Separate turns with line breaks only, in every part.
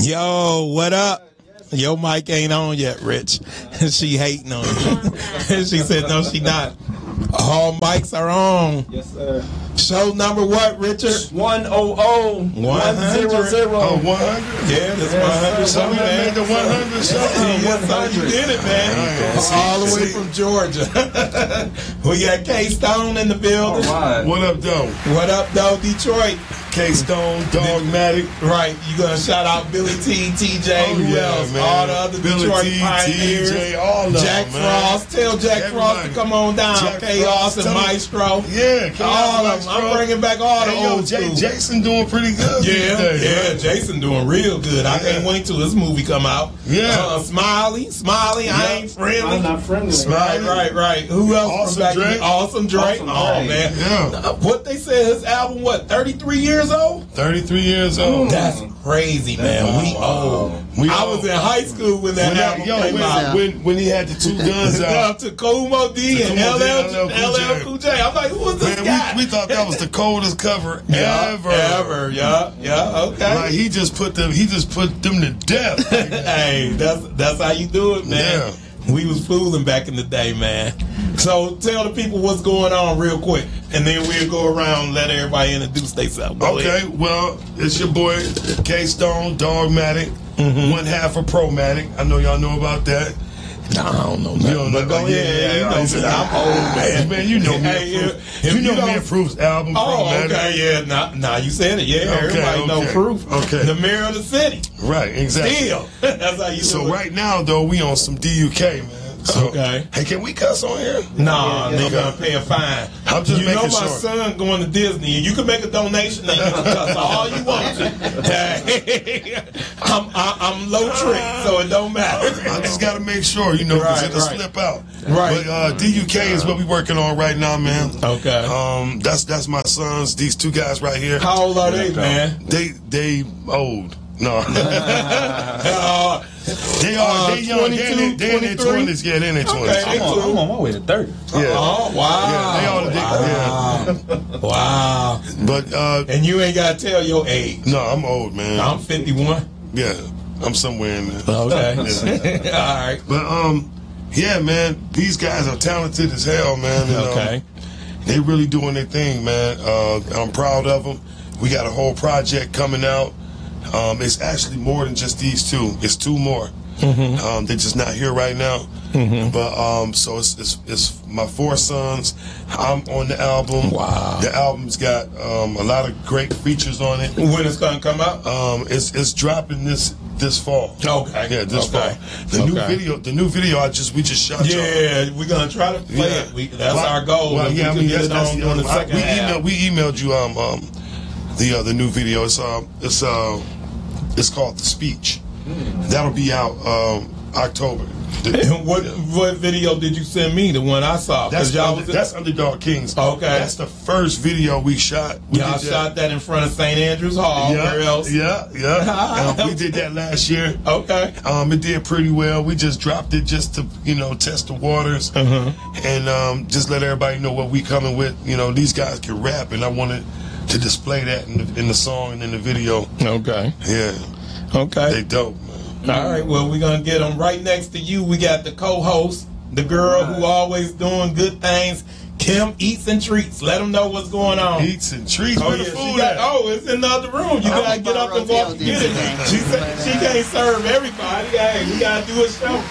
Yo, what up? Your mic ain't on yet, Rich. she hating on you. she said, no, she not. All mics are on.
Yes, sir.
Show number what, Richard?
100.
100.
100.
Oh, 100?
Yeah, that's 100
So we
something,
done
man.
made the 100 something.
That's how you did it, man.
Alright,
All the
see-
way
see.
from Georgia. we got K Stone in the
All
building.
right.
What up, though?
What up, though, Detroit?
K Stone, Dogmatic. Oh,
Right, you gonna shout out Billy T, TJ, who else? All the other
Billy
Detroit
T,
pioneers.
TJ, all of them,
Jack
man.
Frost, tell Jack Frost
Everybody.
to come on down.
Jack
Chaos
Frost,
and
tell him-
Maestro.
Yeah, Chaos
all of them.
Maestro.
I'm bringing back all the
Hey, yo,
old
J-
school.
Jason doing pretty good.
Yeah,
these days,
yeah,
man.
Jason doing real good. I can't
Yeah.
wait till this movie come out.
Yeah.
uh, Smiley, Smiley, I ain't friendly.
I'm not friendly.
Right, right, right. Who else? from
Awesome
back in-
Drake.
Awesome Drake.
Awesome
oh
Drake.
man,
Yeah.
Uh, what they said his album? What? Thirty three years old?
33 years old.
Mm. That's crazy, man.
Wow.
we old.
We
I
old.
was in high school when that
When that-
album
yo,
came
when,
out.
when, when he had the two guns out.
Up to Kumo D and
Kool Moe D,
LL,
LL Cool J.
LL Cool J. I'm like, who is this guy?
Man, we, we thought that was the coldest cover
yeah,
ever.
ever, yeah, yeah, okay.
Like he just put them, he just put them to death.
hey, that's that's how you do it, man. We was fooling back in the day, man. So tell the people what's going on real quick, and then we'll go around and let everybody introduce themselves. Go ahead.
okay, well, it's your boy K Stone, Dogmatic,
Mm-hmm.
one half of Promatic. I know y'all know about that.
Nah, I don't know.
You don't know.
but go
yeah,
ahead.
yeah,
you know,
yeah, yeah.
I'm old, man.
Man, you know me.
Hey,
and
if-
Proof.
if
you know me
don't-
and Proof's album.
Oh,
Promatic.
okay, yeah. Nah, nah, you said it. Yeah,
Okay,
everybody know
okay,
proof.
okay.
The mayor of the city.
Right, exactly.
Deal. That's how you do
So
it.
right now though, we on some DUK, man. So,
Okay.
Hey, can we cuss on here?
Nah,
Yeah, yeah,
they
yeah.
gonna pay a fine.
I'm just
you know my
making sure.
son going to Disney, and you can make a donation and you can cuss all you want to. Hey, I'm I, I'm low trick, so it don't matter.
I just got to make sure, you know, because
Right,
it'll
right.
slip out.
Right.
But uh, DUK is what we working on right now, man.
Okay.
Um, that's that's my sons. These two guys right here.
How old are they, man?
They they old. No,
Uh,
they are. they
Uh,
young. They in their- they in their
22,
twenties. Yeah, they in their twenties.
Okay.
I'm on, I'm on my way to 30.
Yeah.
oh wow!
Yeah, they all the dick-
wow. wow!
But uh,
And you ain't gotta tell your age.
no, I'm old, man.
I'm 51.
yeah, I'm somewhere in there.
Okay. all right.
But um, yeah, man, these guys are talented as hell, man. and, um,
Okay.
they really doing their thing, man. Uh, I'm proud of them. We got a whole project coming out. Um, it's actually more than just these two. It's two more. Um, they're just not here right now. But um, so it's, it's it's my four sons. I'm on the album.
Wow.
The album's got um, a lot of great features on it.
When it's gonna come out?
Um, it's it's dropping this this fall.
Okay.
Yeah, this
Okay.
fall. The new
Okay.
video. The new video. I just we just shot. y'all.
Yeah, we're gonna try to play it. We, that's
Well,
our goal.
well,
If
yeah, I
we
mean,
can
that's,
get
that's
it
the
on, on
other
the
part.
second
we,
half.
emailed, we emailed you um, um, the uh, the new video. It's uh, it's uh, it's called the speech. That'll be out um, October. The-
Hmm. And what what video did you send me? The one I saw. 'Cause
That's
y'all
under-
was-
that's Underdog Kings.
Okay.
that's the first video we shot. We
y'all
did that.
shot that in front of St. Andrews Hall. Where
Yeah,
else?
yeah, yeah. Um, we did that last year.
Okay.
Um, it did pretty well. We just dropped it just to you know test the waters
Uh-huh.
and um, just let everybody know what we coming with. You know, these guys can rap, and I wanted to display that in the, in the song and in the video.
Okay.
Yeah, they
Okay.
dope, man.
All right. Well, we're gonna get them right next to you. We got the co-host, the girl who always doing good things. Kim eats and treats. Let them know what's going on.
Eats and treats.
Oh,
Where
yeah,
the
she
food
got,
at?
oh, it's in the other room. You gotta
gonna
get up
borrow
and walk and
Theo
get it.
D's
She,
today.
said she can't serve everybody. Hey, we gotta do a show.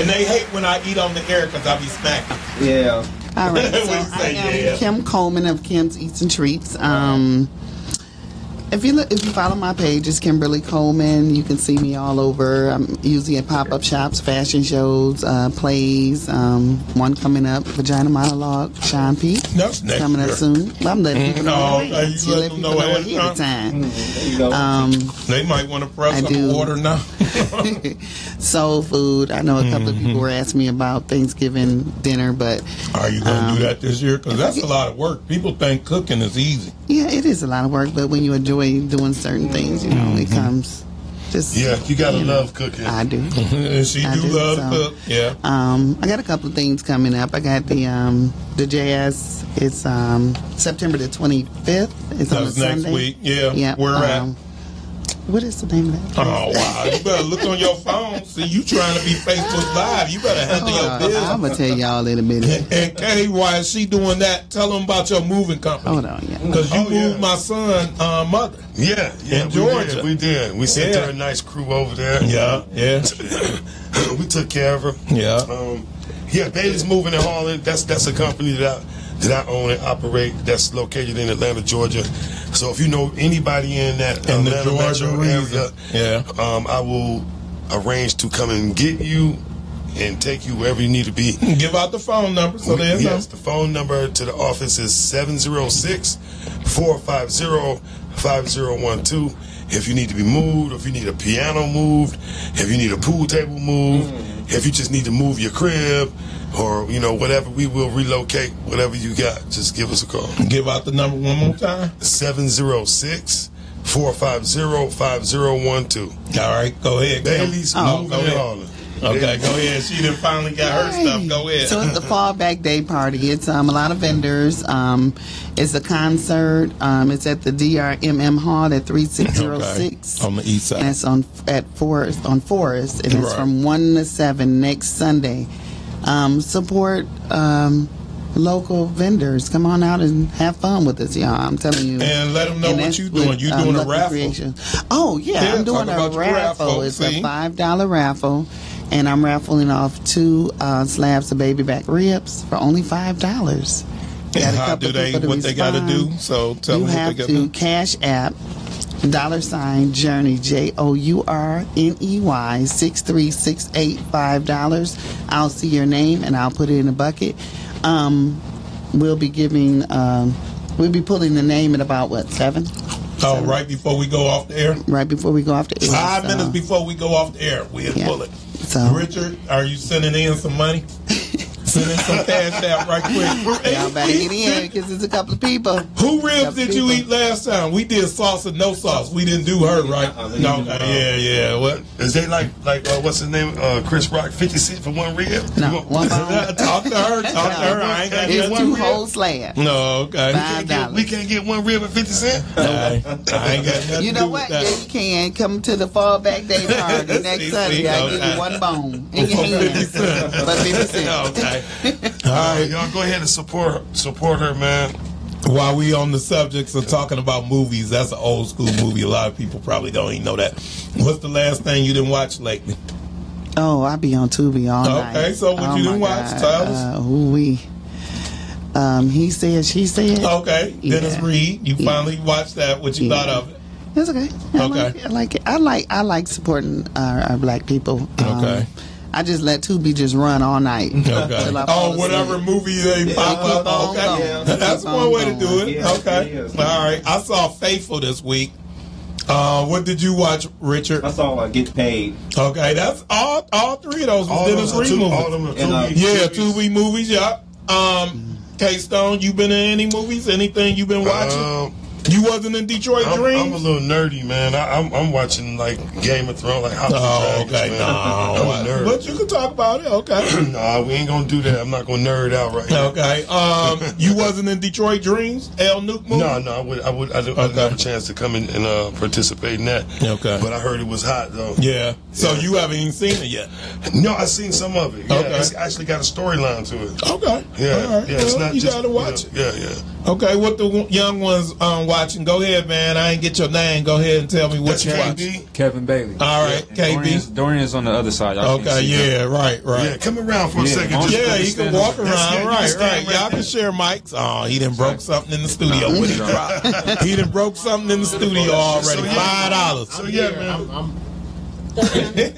And they hate when I eat on the air because I be smacking.
Yeah.
All right,
We
so I
say
am
yeah.
Kim Coleman of Kim's Eats and Treats. Um, if you look, if you follow my page, it's Kimberly Coleman. You can see me all over. I'm usually at pop up shops, fashion shows, uh, plays. Um, one coming up, Vagina Monologue, Sean P.
That's next
coming up
year. Oh.
soon. Well, I'm letting people
No,
know. in
okay,
advance.
you let
let
them
people
know
know
ahead
ahead
of
of time.
Mm, There you go.
Um,
They might want to press
I
up
do.
order now.
soul food. I know a couple of people were asking me about Thanksgiving dinner, but
Are you gonna
Um,
do that this year? Because that's a lot of work. People think cooking is easy.
Yeah, it is a lot of work, but when you enjoy doing certain things, you know, it comes just.
Yeah, you gotta
you know,
love cooking.
I do.
And she
I
do
do,
love to
so.
cook. Yeah.
Um, I got a couple of things coming up. I got the um, the jazz. It's um, September the 25th. It's on a
That's next
Sunday.
week. Yeah.
Yeah.
Where at?
um, What is the name of that?
Oh wow! You better look on your phone. See, you trying to be Facebook Live. You better handle your
I'm
business.
gonna tell y'all in a minute.
And Kay, why is she doing that? Tell them about your moving company.
Hold on, yeah.
Because you
Oh, yeah.
moved my son, uh, mother.
Yeah, yeah,
In
we
Georgia.
did. We did. We sent
Yeah.
her a nice crew over there.
yeah,
we took care of her.
Yeah.
Um, yeah, Bailey's Moving in Harlan. That's that's a company that I that I own and operate. That's located in Atlanta, Georgia. So if you know anybody in that
In the
Atlanta
Georgia
metro
region.
area,
Yeah.
um, I will arrange to come and get you and take you wherever you need to be.
Give out the phone number so they know.
Yes, the phone number to the office is 706-450-5012. If you need to be moved, if you need a piano moved, if you need a pool table moved,
Mm.
if you just need to move your crib or, you know, whatever, we will relocate whatever you got. Just give us a call.
Give out the number one more time.
706-450-5012.
All right, go ahead. Kim.
Bailey's
Oh,
moving
go
and
ahead.
hauling.
Okay, go ahead. She done finally got her stuff. Go ahead.
So it's the fallback day party. It's um, a lot of vendors. Um, it's a concert. Um, it's at the DRMM Hall at three six zero six.
Okay. On the east side.
And it's on at Forest on Forest, and it's
Right.
from one to seven next Sunday. Um, support um, local vendors. Come on out and have fun with us, y'all. I'm telling you.
And let 'em know
And
what
that's
you doing.
with,
You
um,
doing a
Lucky
raffle.
Creations. Oh yeah,
Yeah,
I'm doing a
talk about
raffle.
your raffle,
Oh, It's
see?
a five dollar raffle, and I'm raffling off two uh, slabs of baby back ribs for only five dollars.
And how do they? What they got to do? So tell
you
them what
have
they got
to
to do.
cash app dollar sign journey J O U R N E Y six three six eight five dollars. I'll see your name and I'll put it in a bucket. Um, we'll be giving. Um, we'll be pulling the name in about what seven?
Oh, right before we go off the air.
Right before we go off to air.
Five
so-
minutes before we go off the air, we hit
uh, Yeah.
bullet.
So-
Richard, are you sending in some money? Send in some cash out right quick.
Y'all better get in because it's a couple of people.
Who ribs
Yeah,
did you
people.
eat last time? We did salsa, no sauce. We didn't do her right.
Uh-uh,
No,
we didn't do
yeah, yeah. What?
Is they like like uh, what's his name? Uh, Chris Rock, fifty cent for one rib. You
No,
want-
one bone.
talk to her. Talk to her. I ain't got
It's
nothing.
two whole slabs.
No, okay.
Five
Get- we
dollars.
can't get one rib at 50 cents?
I, I ain't got nothing.
You
to
know
do with
what?
that.
Yeah, you can come to the fallback day party
See,
next
see,
Sunday. I'll give
okay.
you one bone in your
For 50
hand.
cents.
But fifty cents.
okay. All right.
Uh, Y'all go ahead and support her, support her, man.
While we on the subjects of talking about movies, that's an old school movie. A lot of people probably don't even know that. What's the last thing you didn't watch lately?
Oh, I be on Tubi all
Okay,
night.
so what
oh
you done
my
watched,
God.
Tyler?
Uh, we. Um, he said, she said.
Okay, Dennis
Yeah.
Reed. You
Yeah.
finally watched that. What you
Yeah.
thought of it?
That's okay. I
Okay.
Like it. I like it. I like I like supporting our, our black people. Um,
Okay.
I just let Tubi just run all night.
Okay.
till I fall
Oh, whatever
asleep.
movie they pop
keep
up.
on
Okay,
going.
that's
Keep
one
on
way to do
going.
it.
Yeah,
Okay.
yeah,
All
yeah.
right. I saw Faithful this week. Uh, what did you watch, Richard?
I saw I get paid.
Okay, that's all. All three of those was Dennis
them are
Reed
two-
movies.
all them are two
And, uh,
weeks.
Yeah, two week movies. Yeah. Um, K Stone, you been in any movies? Anything you been watching?
Um,
you wasn't in Detroit
I'm,
Dreams.
I'm a little nerdy, man. I, I'm, I'm watching like Game of Thrones, like House
oh,
of Dragons,
okay,
man.
no.
I'm a nerd.
But you can talk about it. Okay.
Nah, we ain't gonna do that. I'm not gonna nerd out right now.
okay. Um, you wasn't in Detroit Dreams. L. Nuke movie.
No, no, I would, I would, I, didn't- I didn't
Okay.
have a chance to come in and uh, participate in that.
Okay.
but I heard it was hot though.
Yeah. So
Yeah.
you haven't even seen it yet.
no, I seen some of it. Yeah,
Okay.
it's actually got a storyline to it.
Okay.
Yeah,
All right.
yeah, it's
Well,
not
you
just
gotta watch it.
yeah, Yeah, yeah.
Okay. What the w- young ones um, watching? Go ahead, man. I ain't get your name. Go ahead and tell me what
That's
you watch.
KB.
Kevin Bailey.
All right,
Dorian's,
KB.
Dorian's on the other side. Y'all can't
Okay.
see him.
Yeah. Right. Right.
Yeah, come around for a
Yeah,
second.
on
Just-
Yeah,
Yeah,
he
you
can
stand
walk
up.
around.
That's it. You can
right, right.
stand right
Y'all can
there.
share mics. Oh, he done broke something in the studio. when he dropped. He done broke something in the
Oh,
studio already.
So, yeah.
Five dollars.
So yeah, man.
Here,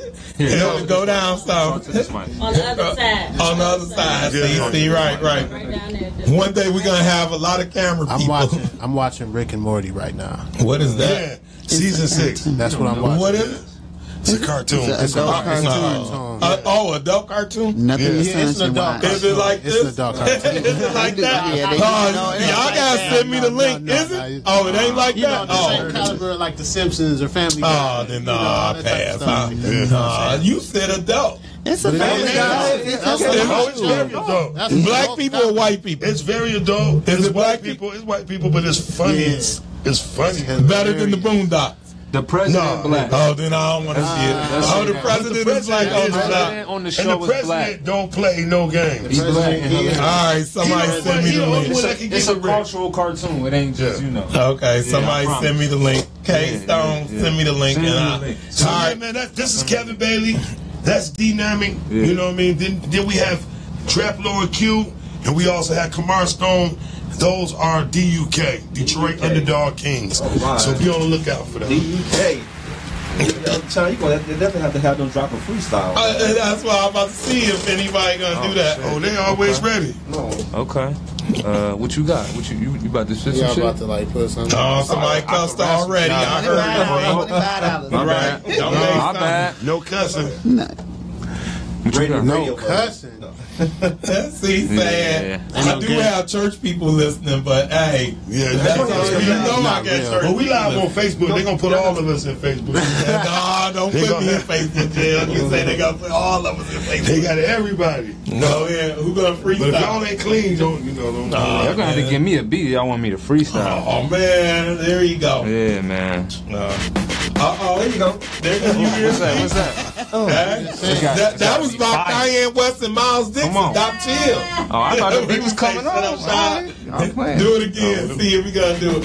Go go down
talk
south.
to this mic.
On the other side.
Uh, On the other side.
Yeah.
See, see, right, right.
Right down there.
One day we're gonna have a lot of camera people.
I'm watching. I'm watching Rick and Morty right now.
What is
Yeah,
that?
season six.
That's what I'm watching.
What is it?
It's a cartoon.
It's a
It's a-
adult
It's
cartoon.
Oh,
cartoon.
uh, oh, adult cartoon.
Nothing
Yeah,
yeah,
Yeah, it's an adult.
Is it like
It's an
this?
adult cartoon.
Is it like that?
Yeah, they-
Oh,
no, it ain't
y'all
like
gotta
that.
send me the
No,
link.
no, no,
is
no,
it?
it's-
Oh, it ain't like
You know,
that.
the same
Oh.
caliber like The Simpsons or Family
Oh,
Guy.
then no,
you know, all
I
that type of
pass.
stuff.
Huh? Nah, you said adult.
It's a family.
yeah.
show. It's just
Okay.
a
Oh,
whole
it's very
show.
adult.
That's an
Black
adult
people or
cartoon.
white people?
It's very adult.
Is
It's
it
white
black
people. It's white people, but it's funny.
Yeah.
It's it's funny.
Yeah.
Better than the Boondocks.
The president
No.
black. Ah,
Oh, then I don't want to see it.
that's
oh, the
okay.
president is Oh, like
president
on
is
the
black.
top.
president on the
And
show
the
was
president don't play no games.
He's black.
President, he is-
All right, somebody
You know
send me
what? You
the
know
link.
It's,
what? I can
a, it's a
get with Rick.
cultural cartoon. It ain't just
Yeah.
you know.
Okay, somebody
promise.
send me the link. K
Yeah, yeah,
Stone,
yeah.
send me the link.
Send me
and
the
I,
link.
So
All
yeah,
right,
man, that, this is Kevin Bailey. That's D Nami.
Yeah.
You know what I mean? Then, then we have Trap Lord Q, and we also have Kamar Stone. Those are DUK, Detroit
DUK.
Underdog Kings.
Oh,
wow.
So be on the lookout for that.
DUK. Child, you gonna have- they definitely have to have them drop a freestyle.
Uh, and that's why I'm about to see if anybody gonna do that.
Oh, they always ready.
no.
Okay. Uh, what you got? What you you, you about to sit
Y'all
some
about
shit?
to like put something.
Oh, somebody cussed already. I heard.
$25. $25.
My
Right.
bad.
Don't
No,
make
my
something.
bad.
No cussing.
What you got?
no cussing.
That's see, sad.
Yeah.
I do have church people listening, but hey,
Yeah,
that's
that's
all you know. I
Not
got
real.
church.
But we live on
people
Facebook. They gonna put all of us in Facebook.
listening. Nah, don't
They
put
gonna-
me in Facebook jail. You say they gonna put all of us in
they
Facebook.
got everybody.
No, yeah, who gonna
But if y'all
freestyle?
ain't clean, don't you know? Don't,
Nah.
Y'all gonna have to
oh, man.
give me a beat. if Y'all want me to freestyle?
Oh man, there you go.
Yeah, man.
Uh oh, there you go. There you go.
What's that? What's that?
that, that, was by Diane West and Miles Dixon.
Come on.
Stop chill.
Oh, I thought he was coming
Shut
on.
up, Sean.
I'm playing.
Do it again. See if we gonna do it.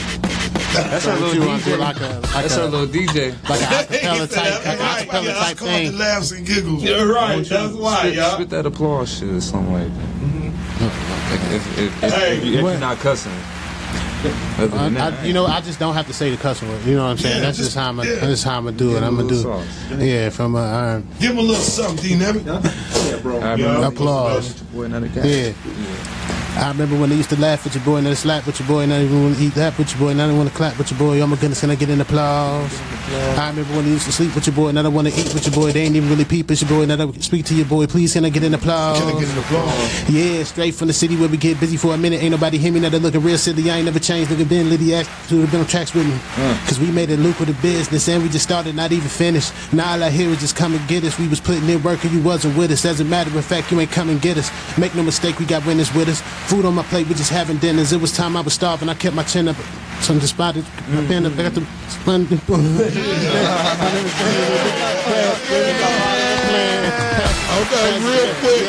That's our
You
little
want to do
DJ.
like a like
That's our
a
little DJ.
like an
He
acapella
said
type, like an
that's right.
acapella
Yeah, that's
type
Come on,
thing.
laughs and giggles.
You're right. That's why,
spit,
y'all.
spit that applause shit or something like that. If, if, if, if,
Hey,
if you- if
what?
you're not cussing. Other than
I,
that,
I, you know, I just don't have to say the cuss word. You know what I'm saying?
Yeah,
that's
just-
just how I'm.
yeah.
That's how I'm gonna do it.
him
I'm
a
gonna do.
little
Yeah, from a um,
Give him a little something, D Nami.
Yeah, bro.
I
Yeah.
remember-
applause. Yeah. I remember when they used to laugh at your boy and then slap with your boy and then even want to eat that with your boy and then want to clap with your boy. Oh my goodness, can I get an applause? I remember when they used to sleep with your boy and then want to eat with your boy. They ain't even really peep at your boy and then I speak to your boy. Please, can I get an applause?
Can I get an applause?
Yeah, straight from the city where we get busy for a minute. Ain't nobody hear me now. They looking real silly. I ain't never changed. Look at Ben Liddy attitude. Been on tracks with me. Cause we made a lucrative business and we just started, not even finished. Now all I hear is just come and get us. We was putting in work and you wasn't with us. As a matter of fact, you ain't come and get us. Make no mistake, we got winners with us. Food on my plate, we just having dinners. It was time I was starving. I kept my chin up. Some spotted my pen up. I got the.
Okay, real quick.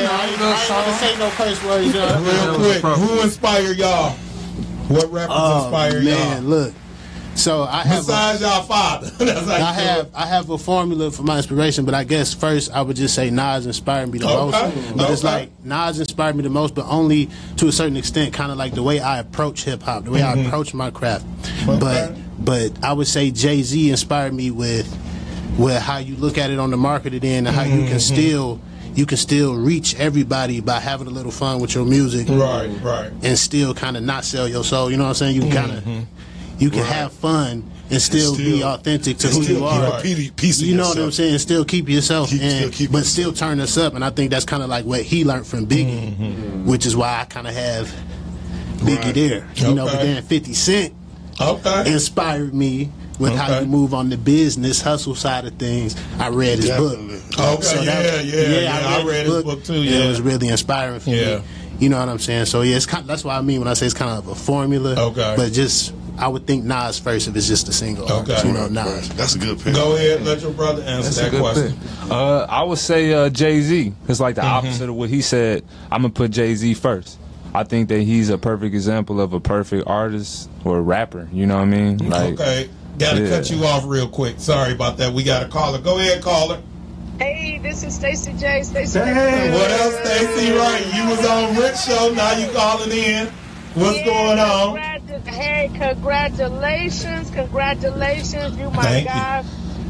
say no curse words,
Real quick. Who inspired y'all? What rappers inspired
Oh, Man,
y'all?
look. So I have. a-
Besides y'all father. That's
I
how you do it.
have I have a formula for my inspiration, but I guess first I would just say Nas inspired me the
Okay.
most. But it's
Okay.
like Nas inspired me the most, but only to a certain extent, kind of like the way I approach hip hop, the way
Mm-hmm.
I approach my craft. But but I would say Jay Z inspired me with with how you look at it on the market and then how you
Mm-hmm.
can still you can still reach everybody by having a little fun with your music
Right, Mm-hmm. right.
and still kind of not sell your soul. You know what I'm saying? You kind of you can have fun and still, be
still-
authentic to
and
who
still
you
keep
are.
a pe- piece of
you know what
yourself.
I'm saying? Still keep yourself,
Keep-
and,
still keep
but
yourself.
still turn us up. And I think that's kind of like what he learned from Biggie,
Mm-hmm.
which is why I kind of have Biggie
Right.
there. You know, but
Okay.
then 50 Cent
Okay.
inspired me. With how
Okay.
you move on the business hustle side of things, I read his
Definitely.
book.
Okay, yeah,
that-
yeah, yeah. I read his book too,
and
yeah.
it was really inspiring for
Yeah.
me. You know what I'm saying? So yeah, it's kind that's what I mean when I say it's kind of a formula.
Okay.
But just I would think Nas first if it's just a single.
Okay.
artist, you know
Right.
Nas.
That's a good pick.
Go ahead, let your brother answer
That's a
that
good
question.
pick. Uh, I would say uh, Jay Z. It's like the
Mm-hmm.
opposite of what he said. I'm gonna put Jay Z first. I think that he's a perfect example of a perfect artist or rapper. You know what I mean? Like,
Mm-hmm. Okay. Gotta
Yeah.
cut you off real quick. Sorry about that. We got a caller. Go ahead, caller.
Hey, this is Stacy J. Stacy
Hey.
What else, Stacy? Right. You was on Rick's show, now you calling in. What's going on?
hey, congratulations, congratulations, you my
Thank you.
guy.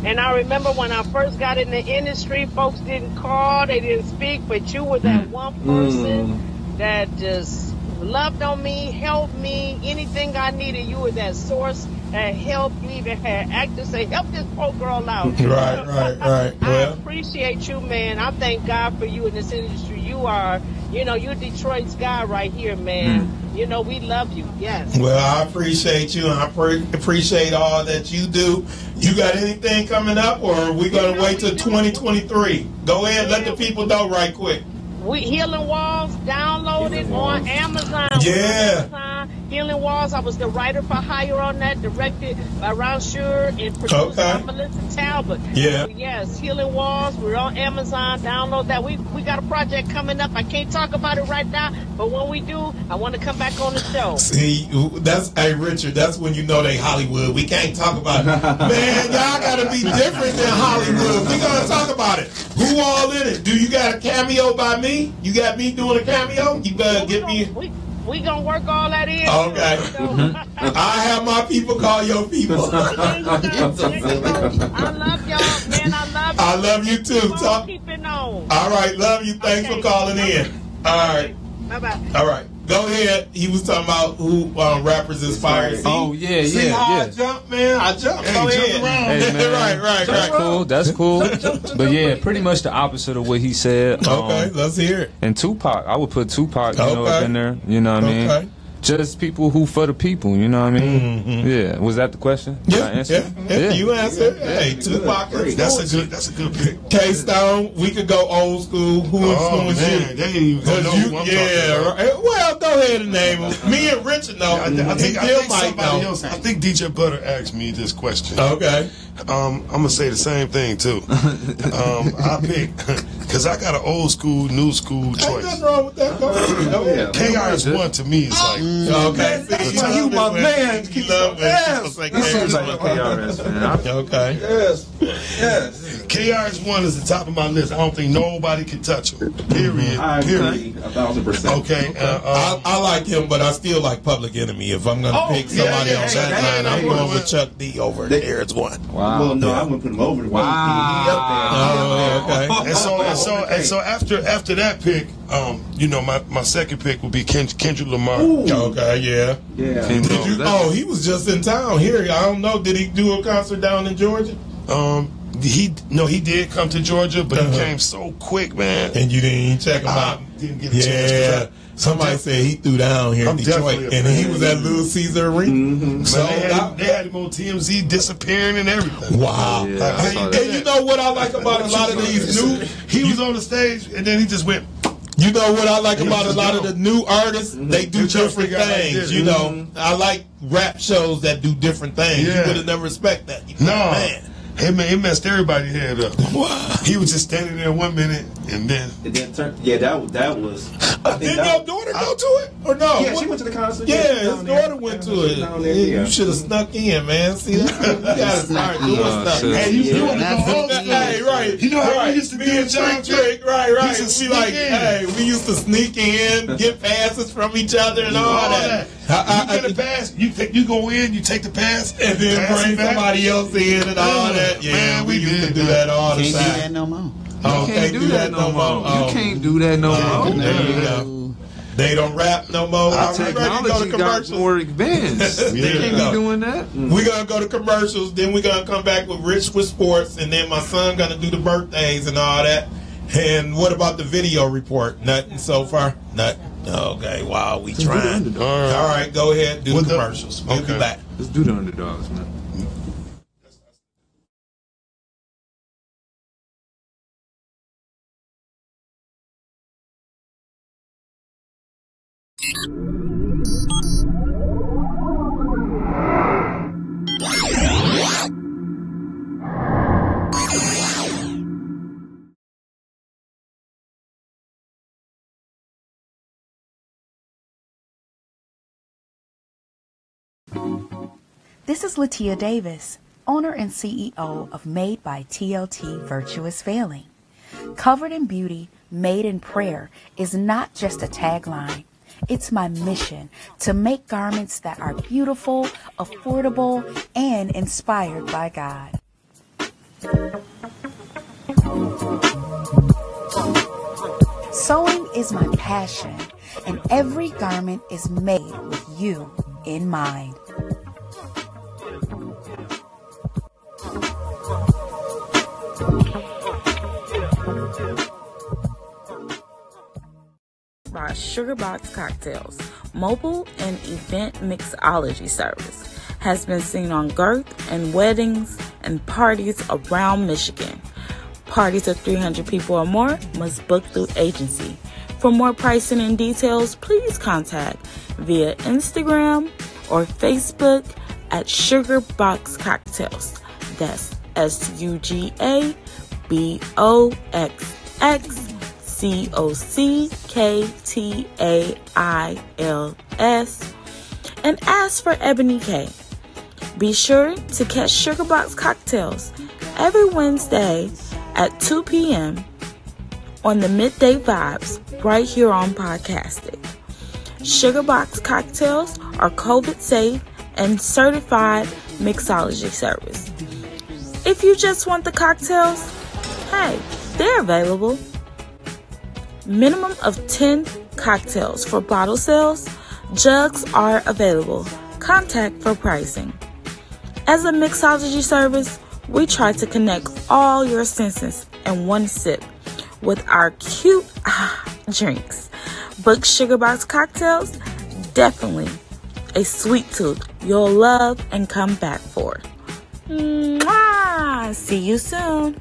And I remember when I first got in the industry, folks didn't call, they didn't speak, but you were
Mm.
that one
Mm.
person that just loved on me, helped me, anything I needed. You were that source that helped me. Even had actors say, "Help this poor girl out."
Right, right, right.
I
Well,
appreciate you, man. I thank God for you in this industry. You are, you know, you're Detroit's guy right here, man.
Hmm.
You know, we love you. Yes.
well, I appreciate you, and I pre- appreciate all that you do. You got anything coming up, or are we gonna wait till 2023? Go ahead, let the people know right quick.
We Healing Walls, download it on Amazon.
Yeah.
Amazon. Healing Walls. I was the writer for Hire on that, directed by Ron Shure and produced
Okay.
by Melissa Talbot.
Yeah.
So, yes, Healing Walls. We're on Amazon. Download that. We we got a project coming up. I can't talk about it right now, but when we do, I want to come back on the show.
See, that's hey Richard. That's when you know they Hollywood. We can't talk about it, man. Y'all gotta be different than Hollywood. We gonna talk about it. Who all in it? Do you got a cameo by me? You got me doing a cameo? You better
We
get
gonna-
me.
We, we gonna work all that in.
Okay.
So-
I have my people call your people.
There you go. There you go. I love y'all, man. I love.
I love you too.
Keep on
Talk.
keeping on.
All right, love you. Thanks
Okay.
for calling in. All right,
Bye bye.
all right. Go ahead. He was talking about who um, rappers inspires.
Oh yeah, yeah,
See how I
yeah.
jumped, man? I jumped.
Hey,
Go
jump
ahead.
around.
Hey, man.
right, right,
That's
right.
cool. That's cool. But yeah, pretty much the opposite of what he said. Um,
Okay, let's hear it.
And Tupac, I would put Tupac, you know, up
Okay.
in there. You know what I mean?
Okay.
Just people who for the people. You know what I mean? Yeah. Was that the question? Did I
Mm-hmm. Yeah,
answer
yeah,
it?
yeah, You answer. Hey, Tupac.
That's a good. That's a good pick.
K Stone. We could go old school. Who
Oh
influenced
man,
you?
they ain't even gonna know
Cause you,
who I'm
yeah.
talking about.
Right. Well, go ahead and name them. Me and Richard know.
I, I think, I
Bill
think
might
somebody
know.
else. I think DJ Butter asked me this question.
Okay.
Um, I'm gonna say the same thing too. Um, I pick because I got an old school, new school
Ain't
choice.
nothing wrong with that. Go ahead. Go ahead.
KR is one to me. It's like
Okay. See,
you- you my man.
You love man. She's like,
like KRS, man. I-
Okay.
Yes, yes.
KR is one is the top of my list. I don't think nobody can touch him. Period.
I
Period.
agree a thousand percent.
Okay. Uh,
I,
um,
I like him, but I still like Public Enemy. If I'm gonna
Oh,
pick
yeah,
somebody
yeah,
on
yeah,
that
yeah,
line,
yeah,
I'm
yeah.
going with Chuck D over
They-
Here's one.
Wow.
Well, no, I wouldn't put him over. the one.
Oh, okay.
and so, and so, and so after after that pick, um, you know, my, my second pick will be Ken, Kendrick Lamar. Oh,
Ooh.
Okay, yeah.
Yeah.
Did you? Oh, he was just in town here. I don't know. Did he do a concert down in Georgia?
Um, he no, he did come to Georgia, but
Uh-huh.
he came so quick, man. Ah.
And you didn't even check him
I
out.
didn't get a chance. 'cause
Yeah. Somebody
I'm
said he threw down here in
I'm
Detroit,
definitely a
and he
fan.
was at Little Caesar Arena. So
I, man, they,
I-
had, they had him on TMZ disappearing and everything.
wow.
Yeah, I
And-
saw
and
that.
you know what I like about a lot of these new
He was on the stage and then he just went.
You know what I like about a
just
lot of
go.
the new artists? They
They
do
just
different
figure out like
things.
this.
you know, I like rap shows that do different things. You
Mm-hmm. Yeah.
would have never expect that. You
No,
know,
Hey, man, it messed everybody's head up.
man.
He was just standing there one minute and then
And then turn. Yeah, that was- that was. I think
Did
that-
your daughter go to it or no?
Yeah, she
What-
went to the concert.
Yeah,
she
his
down there.
daughter went
Yeah,
to
she
it.
down there,
Yeah,
yeah.
You should have snuck in, man. See, that's you gotta start doing
Nah,
stuff.
sis.
Hey,
Hey, you, you want to go
That's-
home?
Hey, right.
You know how we
right.
used to
Me
do
and
in John
Trick, Trick, right, right.
We used to
We like,
sneak in.
hey, we used to sneak in, get passes from each other and all,
All
that.
that.
I- I-
you get a pass. You take, you go in. You take the pass,
and then
pass
bring
it back. Oh,
somebody else in and all that. Yeah,
Man,
we,
we
used to
did
do that
that.
all the
Can't do that
time.
no more.
Oh,
You can't do that no more.
Oh,
You can't do that
Oh,
no more.
There you go. They don't rap no more. All right, ready to go to
Technology got
commercials.
more advanced.
There you
Can't
go.
be doing that.
We're gonna go to commercials, then we're gonna come back with Rich with Sports, and then my son gonna do the birthdays and all that. And what about the video report? Nothing so far? Nothing. Okay, wow, we trying.
All right.
All right, go ahead, do
With
the
the-
commercials. We'll be
Okay.
back.
Let's do the underdogs, man.
This is Latia Davis, owner and CEO of Made by TLT Virtuous Failing. Covered in beauty, made in prayer is not just a tagline. It's my mission to make garments that are beautiful, affordable, and inspired by God. Sewing is my passion, and every garment is made with you in mind.
by Sugarbox Cocktails, mobile and event mixology service, has been seen on girth and weddings and parties around Michigan. Parties of 300 people or more must book through agency. For For more pricing and details, please contact via Instagram or Facebook at Sugarbox Cocktails. That's S U G A B O X X C O C K T A I L S and ask for Ebony K. Be sure to catch Sugarbox Cocktails every Wednesday at 2 p.m. on the Midday Vibes right here on Podcastic. Sugarbox Cocktails are COVID safe and certified mixology service. If you just want the cocktails, hey, they're available. Minimum of 10 cocktails for bottle sales. Jugs are available. Contact for pricing. As a mixology service, we try to connect all your senses in one sip with our cute ah, drinks. Book Sugarbox cocktails, definitely a sweet tooth you'll love and come back for. Mwah! See you soon.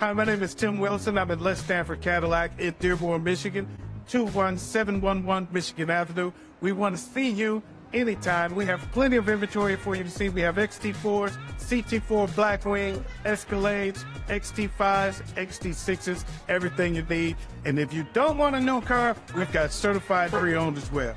Hi, my name is Tim Wilson. I'm at Les Stanford Cadillac in Dearborn, Michigan, 21711 Michigan Avenue. We want to see you anytime. We have plenty of inventory for you to see. We have XT4s, CT4 Blackwing, Escalades, XT5s, XT6s, everything you need. And if you don't want a new car, we've got certified pre-owned as well.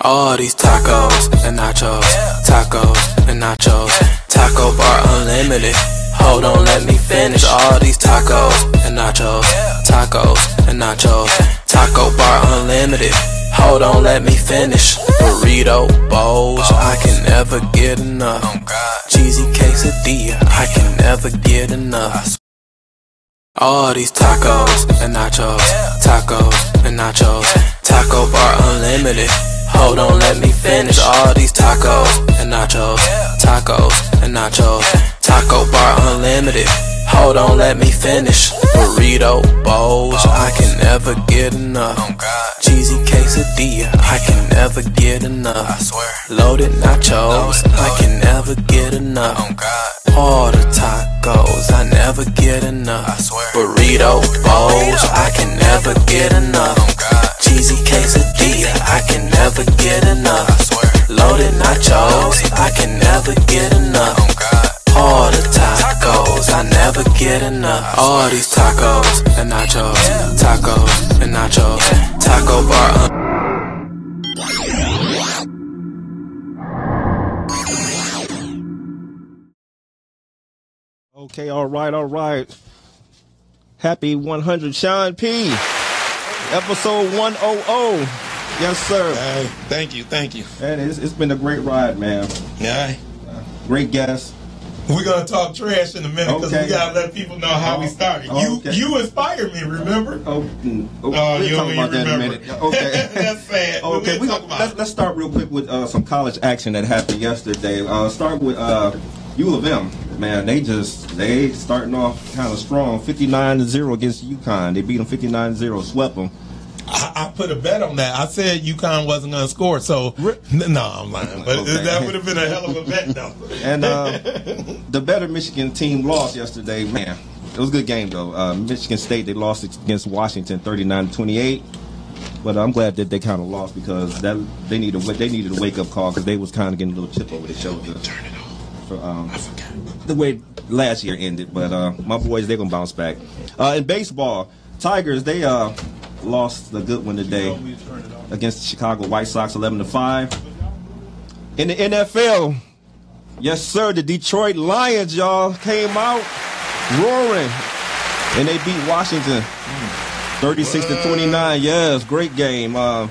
All these tacos and nachos, tacos and nachos, taco bar unlimited. Hold on, let me finish. All these tacos and nachos, tacos and nachos, taco bar unlimited. Hold on, let me finish. Burrito bowls, I can never get enough. Cheesy quesadilla, I can never get enough. All these tacos and nachos, tacos and nachos, taco bar unlimited. Hold on, let me finish all these tacos and nachos, tacos and nachos, taco bar unlimited. Hold on, let me finish. Burrito bowls, I can never get enough. Cheesy quesadilla, I can never get enough. I swear. Loaded nachos, I can never get enough. All the tacos, I never get enough. I swear. Burrito Oh, bowls, I can never get enough. Cheesy quesadilla, I can never get enough. I swear. Loaded nachos, I can never get enough. All the tacos, I never get enough. All these tacos and nachos, tacos and nachos, taco bar. uh. Un-
Okay, all right, all right. Happy 100, Sean P. Episode 100. Yes, sir.
Hey, thank you, thank you.
And it's, it's been a great ride, man.
Yeah.
Great guest.
We're gonna talk trash in a minute because
Okay. Oh,
we gotta let people know how we started.
Okay.
You you inspired me, remember?
Oh, mm, oh,
Oh,
we'll
you
talk about
don't even
that in a
remember.
minute. Yeah, Okay.
That's sad.
Okay,
Okay,
we
talk
gonna-
about
let's,
it.
let's start real quick with uh, some college action that happened yesterday. Uh, start with uh, U of M. Man, they just they starting off kind of strong, 59-0 against UConn. They beat them 59-0, swept them.
I, I put a bet on that. I said UConn wasn't gonna score, so no, I'm lying. But
Okay.
that would have been a hell of a bet, though.
And uh, the better Michigan team lost yesterday. Man, it was a good game though. Uh, Michigan State they lost against Washington, 39-28. But I'm glad that they kind of lost because that they needed a, wa- they needed a wake up call because they was kind of getting a little chip over their shoulder. Turn it off. For, um, the way last year ended. But uh, my boys, they're gonna bounce back. Uh, in baseball, Tigers they uh, lost a good one today against the Chicago White Sox, eleven to five. In the NFL, yes sir, the Detroit Lions y'all came out roaring, and they beat Washington, thirty-six to twenty-nine. Yes, great game. Uh,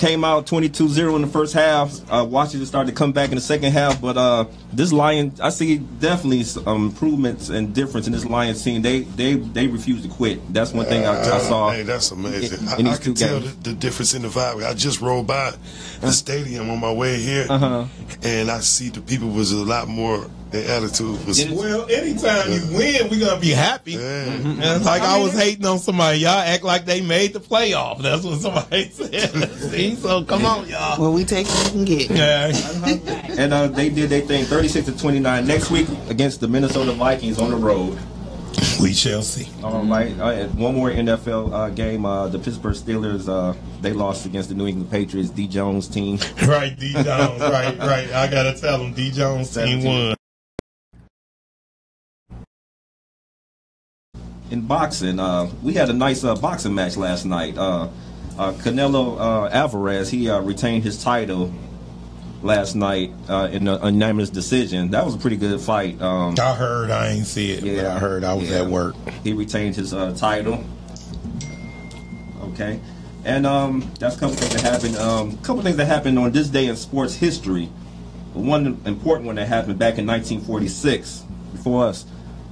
Came out 22-0 in the first half. Uh, Washington started to come back in the second half, but uh, this Lion, I see definitely some improvements and difference in this Lions team. They they they refuse to quit. That's one thing I, I saw.
Uh, Hey, that's amazing.
in-
I,
in
I
these two
could tell
games. Uh-huh.
the, the difference in the vibe. I just rode by the stadium on my way here, and I see the people was a lot more. Their attitude was
uh,
Well, anytime you win, we're gonna be happy. That's like I, was hating on somebody. Y'all act like they made the playoff. That's what somebody said. See, so come on, y'all.
Well, we take what we can get.
Yeah.
And uh, they did their thing, 36 to 29. Next week against the Minnesota Vikings on the road.
We shall see.
All right. All right. One more NFL uh, game. Uh, the Pittsburgh Steelers. Uh, they lost against the New England Patriots. D Jones team.
Right, D Jones. right, right. I gotta tell them, D Jones team
Seventeen.
won.
in boxing. Uh, we had a nice uh, boxing match last night. Uh, uh, Canelo uh, Alvarez he uh, retained his title last night uh, in a unanimous decision. That was a pretty good fight. Um,
I heard. I ain't see it, but
Yeah.
I heard. I was
Yeah.
at work.
he retained his uh, title. Okay, and um, that's a couple things that happened. Um, couple things that happened on this day in sports history. One important one that happened back in 1946 before us,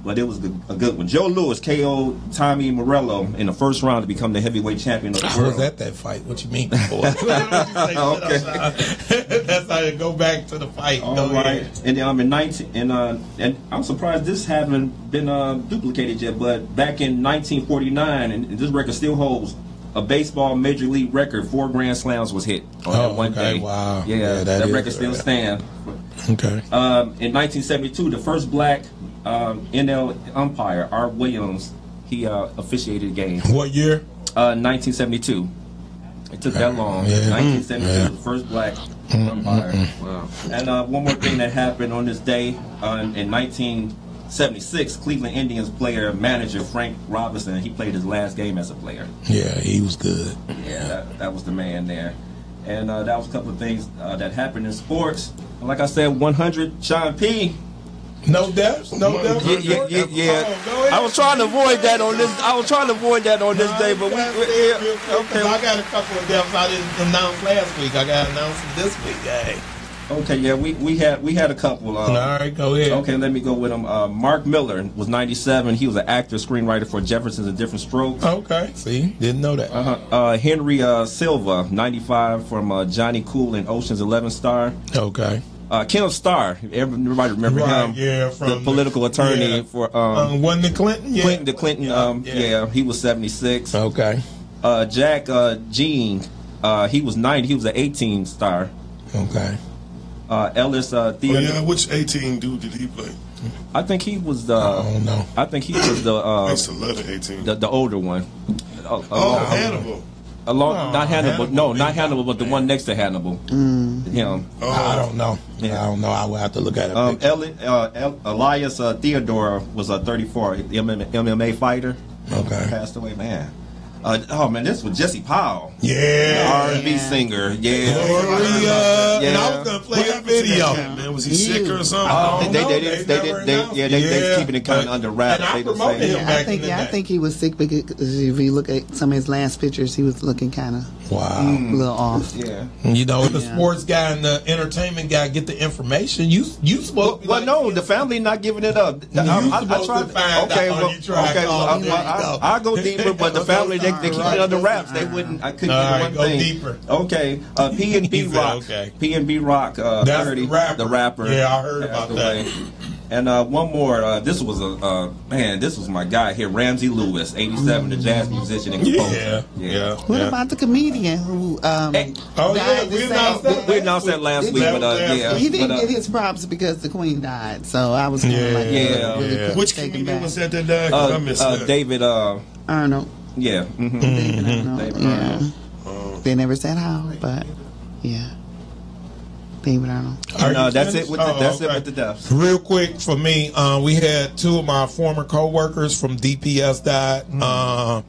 but it was the, a good one. Joe Lewis KO Tommy Morello in the first round to become the heavyweight champion of the
I
world.
was at that fight. What you mean? Boy? That's how you go back to the fight.
All
Go
right,
ahead.
and um, in nineteen, and uh, and I'm surprised this haven't been uh, duplicated yet. But back in 1949, and, and this record still holds a baseball major league record. Four grand slams was hit on
Oh,
that one
okay,
day.
wow.
Yeah,
Yeah, that
that,
is-
record still stands.
Okay.
Um, in 1972, the first black um, NL umpire, Art Williams, he uh, officiated a game.
What year?
Uh, 1972. It took that long.
Yeah.
1972,
Yeah.
the first black umpire.
Mm-hmm.
Wow. And uh, one more thing that happened on this day uh, in 1976, Cleveland Indians player manager Frank Robinson. He played his last game as a player.
Yeah, he was good.
Yeah, that, that was the man there. And uh, that was a couple of things uh, that happened in sports. And like I said, 100 Sean P.
No doubt. No doubt.
Yeah, yeah, yeah, yeah. I was trying to avoid that on this. I was trying to avoid that on this day, but we, we yeah, okay.
I got a couple of deaths I didn't announce last week. I got announced this week. Hey.
Okay, yeah, we, we had we had a couple. Um,
All right, go ahead.
Okay, let me go with him. Uh, Mark Miller was 97. He was an actor, screenwriter for Jefferson's and Different Strokes.
Okay. See, didn't know that.
Uh, uh, Henry uh, Silva, 95, from uh, Johnny Cool and Ocean's 11 star.
Okay.
Uh, Kenneth Starr, everybody remember
Right,
him?
yeah, from
the political attorney
yeah.
for
Um,
um,
wasn't it Clinton? Yeah.
Clinton, the Clinton. Um,
yeah.
yeah. he was 76.
Okay.
Uh, Jack uh, Jean, uh, he was 90. He was an 18 star.
Okay.
Uh, Ellis uh,
Oh,
Theodore.
yeah, which 18 dude did he play?
I think he was the.
I don't know.
I think he was the uh,
I used to love the 18.
the, the older one. A- Along,
oh, Hannibal. Oh,
along-
No,
not Hannibal.
Hannibal
No, not Hannibal, but the one next to Hannibal. Him.
Oh,
I don't know.
Yeah.
I don't know. I will have to look at it.
Um, Eli, uh, El, Elias uh, Theodore was a 34 MMA, MMA fighter.
okay.
Passed away, man. Uh, oh man, this was Jesse Powell,
Yeah.
R&B singer. Yeah.
Gloria. And I
Yeah.
was gonna play
What
that
happened to
video.
that cat, man? Was he sick or something?
I don't
They- they-
know.
they didn't- they
never
did- they-
announced
yeah, they- they keeping it kinda
but-
under wraps.
And I
They don't
promoted
say-
him
Yeah,
back
I think
in the
yeah, I
day.
think he was sick because if you look at some of his last pictures, he was looking kind of
Wow.
a little off.
Yeah.
Mm. You know, the
Yeah.
sports guy and the entertainment guy get the information. You you supposed to be
Well,
like,
no, the family not giving it up. I, I, I
supposed
tried.
to find
okay,
out.
well,
You tried.
okay, well,
Oh,
I,
there
well,
you go.
I, I go deeper, but the family they, they keep
Right.
it under wraps. They wouldn't. I couldn't
All
do
right,
one
go
thing.
deeper.
Okay, uh, P and B
He said,
Rock.
okay.
P and B Rock. Uh,
That's
30,
the rapper. Yeah, I heard
passed
about that.
away. And uh, one more. Uh, this was a uh, man. This was my guy here, Ramsey Lewis, eighty-seven, the jazz musician and composer.
yeah, yeah.
What
yeah.
about the comedian who? Um,
Hey,
Oh yeah,
died
we
this
announced
Saturday?
that.
We announced that last week, but uh, yeah,
He didn't
but, uh,
get his props because the queen died, so I was kind of like,
Yeah,
really
yeah.
yeah.
Which
taken
comedian
back.
was that that died? 'Cause I
uh,
missed
uh,
that.
David. Uh,
Arnold.
yeah. hmm
David Arnold,
David
yeah.
Arnold.
Oh. Uh,
They never said how, but yeah, David Arnold.
Are
No,
you
that's it
finished?
with the,
Oh,
that's it
okay.
with the deaths.
Real quick for me, uh, we had two of my former co-workers from DPS died. Uh,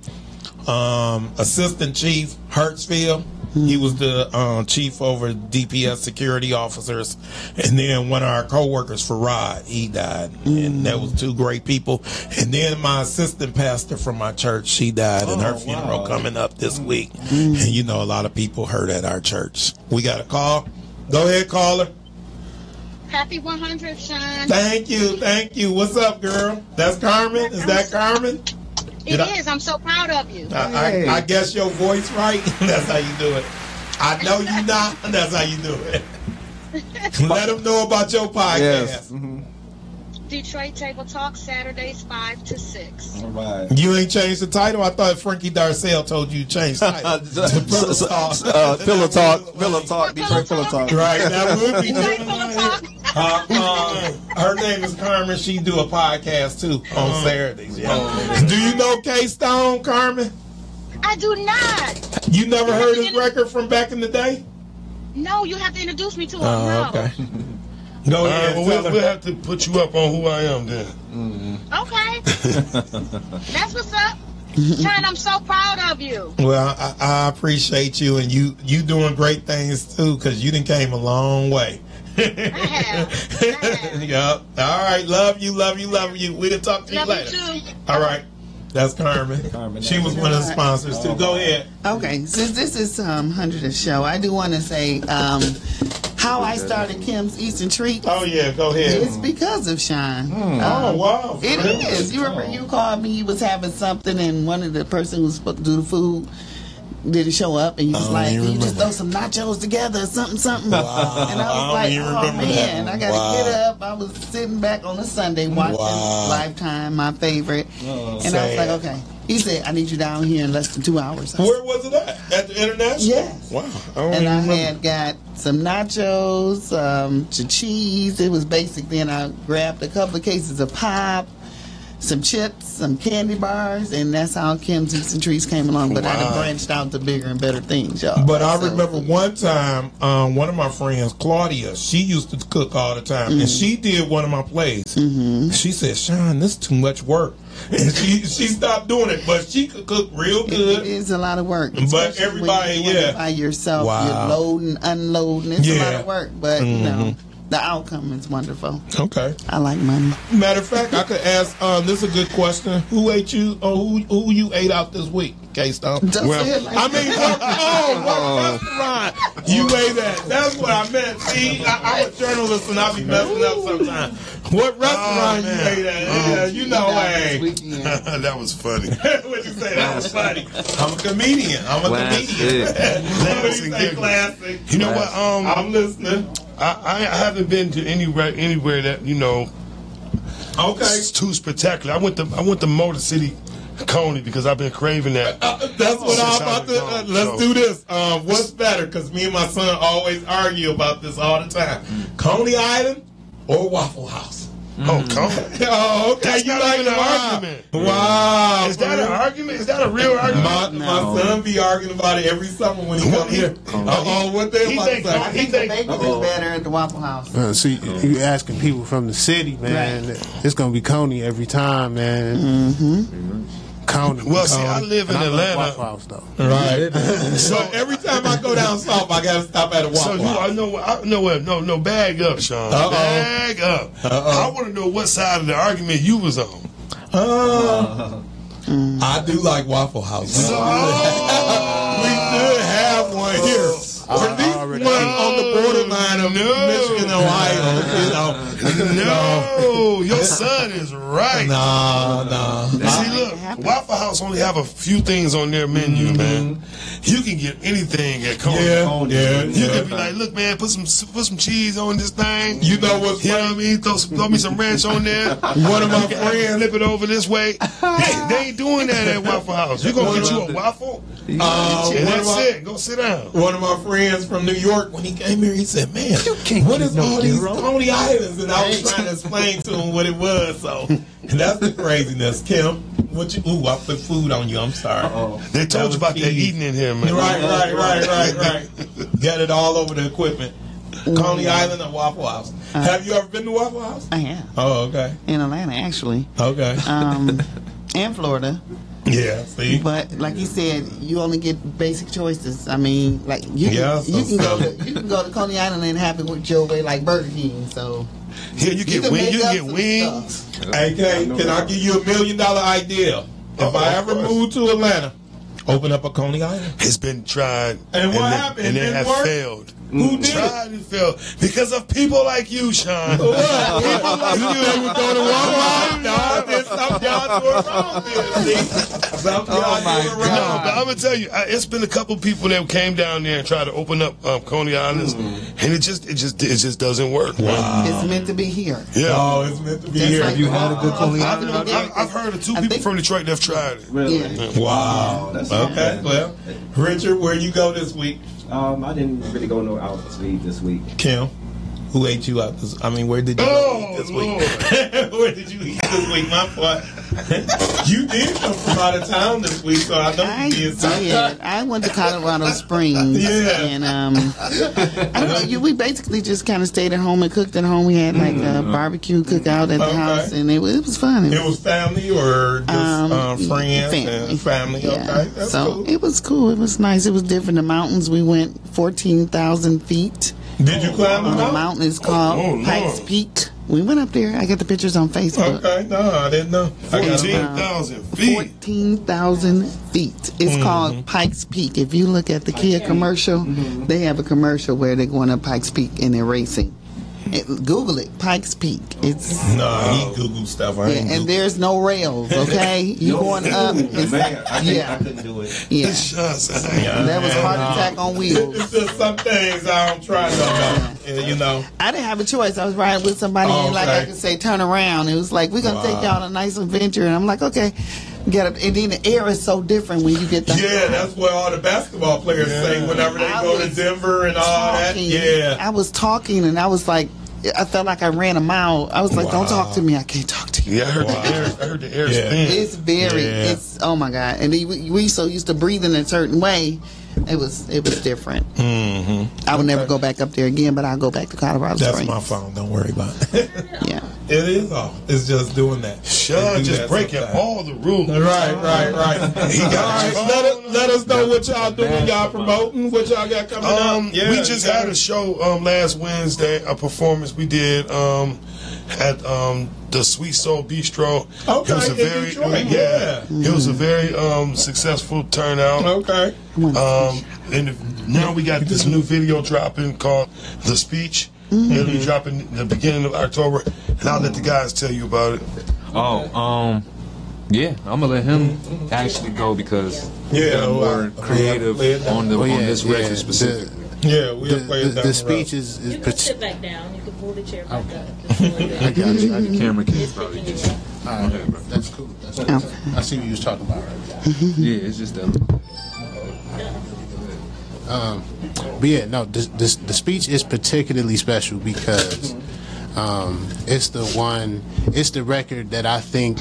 um, Assistant Chief Hertzfield, he was the uh, chief over DPS security officers, and then one of our co-workers, Farad, he died, and that was two great people. And then my assistant pastor from my church, she died, and her funeral coming up this week. And you know, a lot of people hurt at our church. We got a call. Go ahead, caller.
Happy 100, Sean.
Thank you, thank you. What's up, girl? That's Carmen. Is that Carmen?
It
Did I-
is. I'm so proud of you.
I, I, I guess your voice right. That's how you do it. I know you not. That's how you do it. Let them know about your podcast.
Yes. mhm.
Detroit Table Talk, Saturdays 5 to 6.
All right.
You ain't changed the title. I thought Frankie Darcel told you to change the title.
So- so- so- uh, Pillow talk, pillow talk, Detroit pillow talk.
Right, that would be
Detroit
good.
Pillow Talk.
Uh, uh, her name is Carmen. She do a podcast too
Oh.
on Saturdays. Yeah. Do you know K Stone, Carmen?
I do not.
You never heard his record from back in the day?
No, you have to introduce me to him.
Oh,
no.
Go
All right,
ahead.
well,
tell
we'll,
her.
we'll have to put you up on who I am then.
Okay.
Mm-hmm.
That's what's up. Sean, I'm so proud of you.
Well, I, I appreciate you, and you you doing great things too, because you done came a long way.
I have. I have.
yep. All right. Love you. Love you. Love you. We can talk to you
Love
later.
you too.
All right. That's Carmen.
Carmen,
she was one of the sponsors too. Go ahead.
Okay, since this is um, 100th show, I do want to say um, how I started Kim's Eastern Treat
Oh yeah. Go ahead.
is because of Sean.
Oh wow.
It is.
Really?
You remember you called me. You was having something, and one of the person who was supposed to do the food didn't show up, and you was
don't
like,
even
"You just
remember.
throw some nachos together, or something, something." And
I don't
I was
even
like, "Oh
remember that
man,
one.
I gotta
Wow.
get up." I was sitting back on a Sunday watching
Wow.
Lifetime, my favorite, and I was
Sad.
like, "Okay." He said, "I need you down here in less than two hours." I said,
Where was it at? At the international?
Yes.
Wow. I don't
and
even
I
remember.
had got some nachos, um, some cheese. It was basic. Then I grabbed a couple of cases of pop, some chips, some candy bars, and that's how Kim's Eats and Treats came along. But I done branched out to bigger and better things, y'all.
But I
So-
remember one time, um, one of my friends, Claudia, she used to cook all the time, and she did one of my plays.
Mm-hmm.
She said, "Sean, this is too much work," and she she stopped doing it. But she could cook real
It-
good.
it is a lot of work. especially when
everybody,
you're doing it
yeah.
By yourself,
Wow.
you're loading, unloading. It's a lot
Yeah.
of work, but you know,
Mm-hmm.
the outcome is wonderful.
Okay.
I like money.
Matter of fact, I could ask. Um, this is a good question. Who ate you? Or who who you ate out this week? K Stone.
Don't
Well,
say it like
I mean, what, oh, what restaurant? You ate at? That's what I meant. See, I, I'm a journalist and I be messing up sometimes. What restaurant you
Oh, man.
ate at? Yeah, you know,
that.
hey.
Weekend.
that was funny.
what you say? That was funny. I'm a comedian. I'm a comedian. Somebody
Classic
say
giggles.
classic.
You know what? Um,
I'm listening.
I, I I haven't been to anywhere anywhere that you know
Okay.
it's too spectacular. I went to I went to Motor City, Coney because I've been craving that.
That's what I'm about to. Uh, let's do this. Um, what's better? Because me and my son always argue about this all the time. Coney Island or Waffle House?
Oh, Coney.
Oh, okay.
That's
you
not
like
even an
wow.
argument.
Wow.
Is that an argument? Is that a real argument?
My, my son be arguing about it every summer when he come here. Uh oh, what they
He
about
think-
to
I
say?
think the bacon is better at the Waffle House.
Uh, see, you asking people from the city, man. It's gonna be Coney every time, man. Mm-hmm. Coney.
Well, see, I
Coney.
live in
And I love
Atlanta.
Waffle House, though.
Right. so every time I go down south, I gotta stop at a
So you,
Waffle
I
House.
know, I know what. No, no, bag up, Sean.
Uh-oh.
Bag up.
Uh-oh.
I want to know what side of the argument you was on.
Uh, I do like Waffle House. we should have one here. Or at least one
already-
on the borderline of
No.
Michigan, Ohio. You know.
No, Oh, your son is oh, right.
Nah, nah.
See, look, Waffle House only have a few things on their menu, man. You can get anything at Coney.
Mm-hmm. Yeah, yeah,
You
yeah.
can be like, look, man, put some put some cheese on this thing.
You know what's
You know what I mean? Throw, some, throw me some ranch on there.
One of my
Friend,
friends,
flip it over this way. Hey, they ain't doing that at Waffle House. You gonna get you a waffle?
uh,
and
one of
that's
my,
it. Go sit down.
One of my friends from New York, when he came here, he said, "Man, what is all these Coney Islands?" And I was trying to explain to him what it was. So and that's the craziness, Kim. What you? Ooh, I put food on you. I'm sorry.
They told you about that eating in here, man.
Right, right, right, right, right. Got it all over the equipment. Coney Island and Waffle House. Have you ever been to Waffle House?
Uh-huh. I have
Oh, okay,
in Atlanta actually,
okay.
um, and Florida.
yeah, see.
But like you said, you only get basic choices. I mean, like you can,
Yeah, so
you can go to you can go to Coney Island and have it with your way like Burger King. So
Here you
you
get
can
wings.
make
You
up
get
some
wings.
stuff.
Hey, Kay, can I give you a million dollar idea? If I ever move to Atlanta, Open up a Coney Island.
It's been tried
And
they-
what happened?
and they
Didn't
have
work?
failed.
Who did it?
tried and failed because of people like you, Sean.
What? People like you that would go to Walmart. Nah, there's some y'all doing wrong there. See? Some y'all doing wrong.
Oh No, but I'm gonna tell you, I, it's been a couple people that came down there and tried to open up um, Coney Islands,
Mm-hmm.
and it just, it just, it just doesn't work. man.
Uh,
It's meant to be here.
Yeah.
Oh, it's meant to be
That's
here.
like-
You-
had a good Coney
I've,
Island
known- I've, I've heard of two
I
people
think-
from Detroit that have tried it.
Really?
Yeah.
Wow.
That's
Okay,
something.
well, Richard, where you go this week?
Um, I didn't really go no out to eat this week.
Kim, who ate you out this? I mean, where did you
Oh,
eat this week? where did you eat this week? My fault. you did come from out of town this week, so I know
I
you did something.
did. I went to Colorado Springs,
Yeah.
and um, I don't know. You, we basically just kind of stayed at home and cooked at home. We had like a
Mm-hmm.
barbecue cookout at the
Okay.
house, and it, was- it was fun.
It was family or just
um,
uh, friends and family. Okay, that's
so
cool.
it was cool. It was nice. It was different. The mountains we went fourteen thousand feet.
Did you climb
The
the mountain?
mountain is called
oh, Lord.
Pikes Peak. We went up there. I got the pictures on Facebook.
Okay, no, I didn't know. I got
Fourteen
it.
thousand feet.
Fourteen thousand feet. It's
Mm-hmm.
called Pikes Peak. If you look at the Kia commercial,
Mm-hmm.
they have a commercial where they're going to Pikes Peak and they're racing. It- Google it, Pikes Peak. It's
No, he Google stuff. I
yeah,
ain't
and
Google.
there's no rails. Okay, you going up? It's,
Man, I, couldn't,
Yeah.
I couldn't do it.
yeah,
Sean
uh,
said, "Hey,
that was heart
Yeah.
attack on wheels.
It's just some things I don't try no more. You know.
I didn't have a choice. I was riding with somebody,
Oh,
and like
okay.
I could say, turn around. It was like we're gonna take y'all on a nice adventure, and I'm like, okay. Get up, and then the air is so different when you get the
Yeah, that's what all the basketball players say whenever they
I
go to
was
Denver and all that.
talking.
Yeah.
I was talking and I was like, I felt like I ran a mile. I was like, don't
Wow.
talk to me. I can't talk to you.
Yeah, I heard the air. I heard the air
Yeah.
spin.
It's very,
Yeah.
it's, oh my God. And we, we so used to breathing a certain way. It was, it was different. Mm-hmm. I would never go back up there again, but I'll go back to Colorado
That's
Springs.
my phone. Don't worry about it.
Yeah.
it is off. It's just doing that. They
Sean
do
just
that
breaking
sometimes.
all the rules.
Right, right, right.
He got
all right,
his phone
let, us- let us know what y'all doing. Y'all promoting what y'all got coming
Um,
up. Yeah,
we just
you got
had a
it.
show um, last Wednesday, a performance we did um, at um, the Sweet Soul Bistro.
Okay,
it was a
in
very
Detroit,
yeah, it was a very um, successful turnout.
Okay.
Um, and if- now we got this new video dropping called The Speech. It'll
Mm-hmm.
be dropping the beginning of October, and I'll let the guys tell you about it.
Oh, um, yeah, I'm gonna let him actually go because
Yeah,
yeah,
well, I- I
more
mean, I
creative
played that.
on the
Oh,
on
yeah,
this
yeah,
record
the-
specifically.
Yeah, we'll
The,
play
the,
it down
the
road.
speech is, is partic-
back down. You can pull the chair back
I
up.
got you. I
The camera can probably just
Just
got you. Ah, That's cool. That's cool. I see what you was talking about. Right there.
yeah, it's just that.
Um, But yeah, no, this, this, the speech is particularly special because um, it's the one, it's the record that I think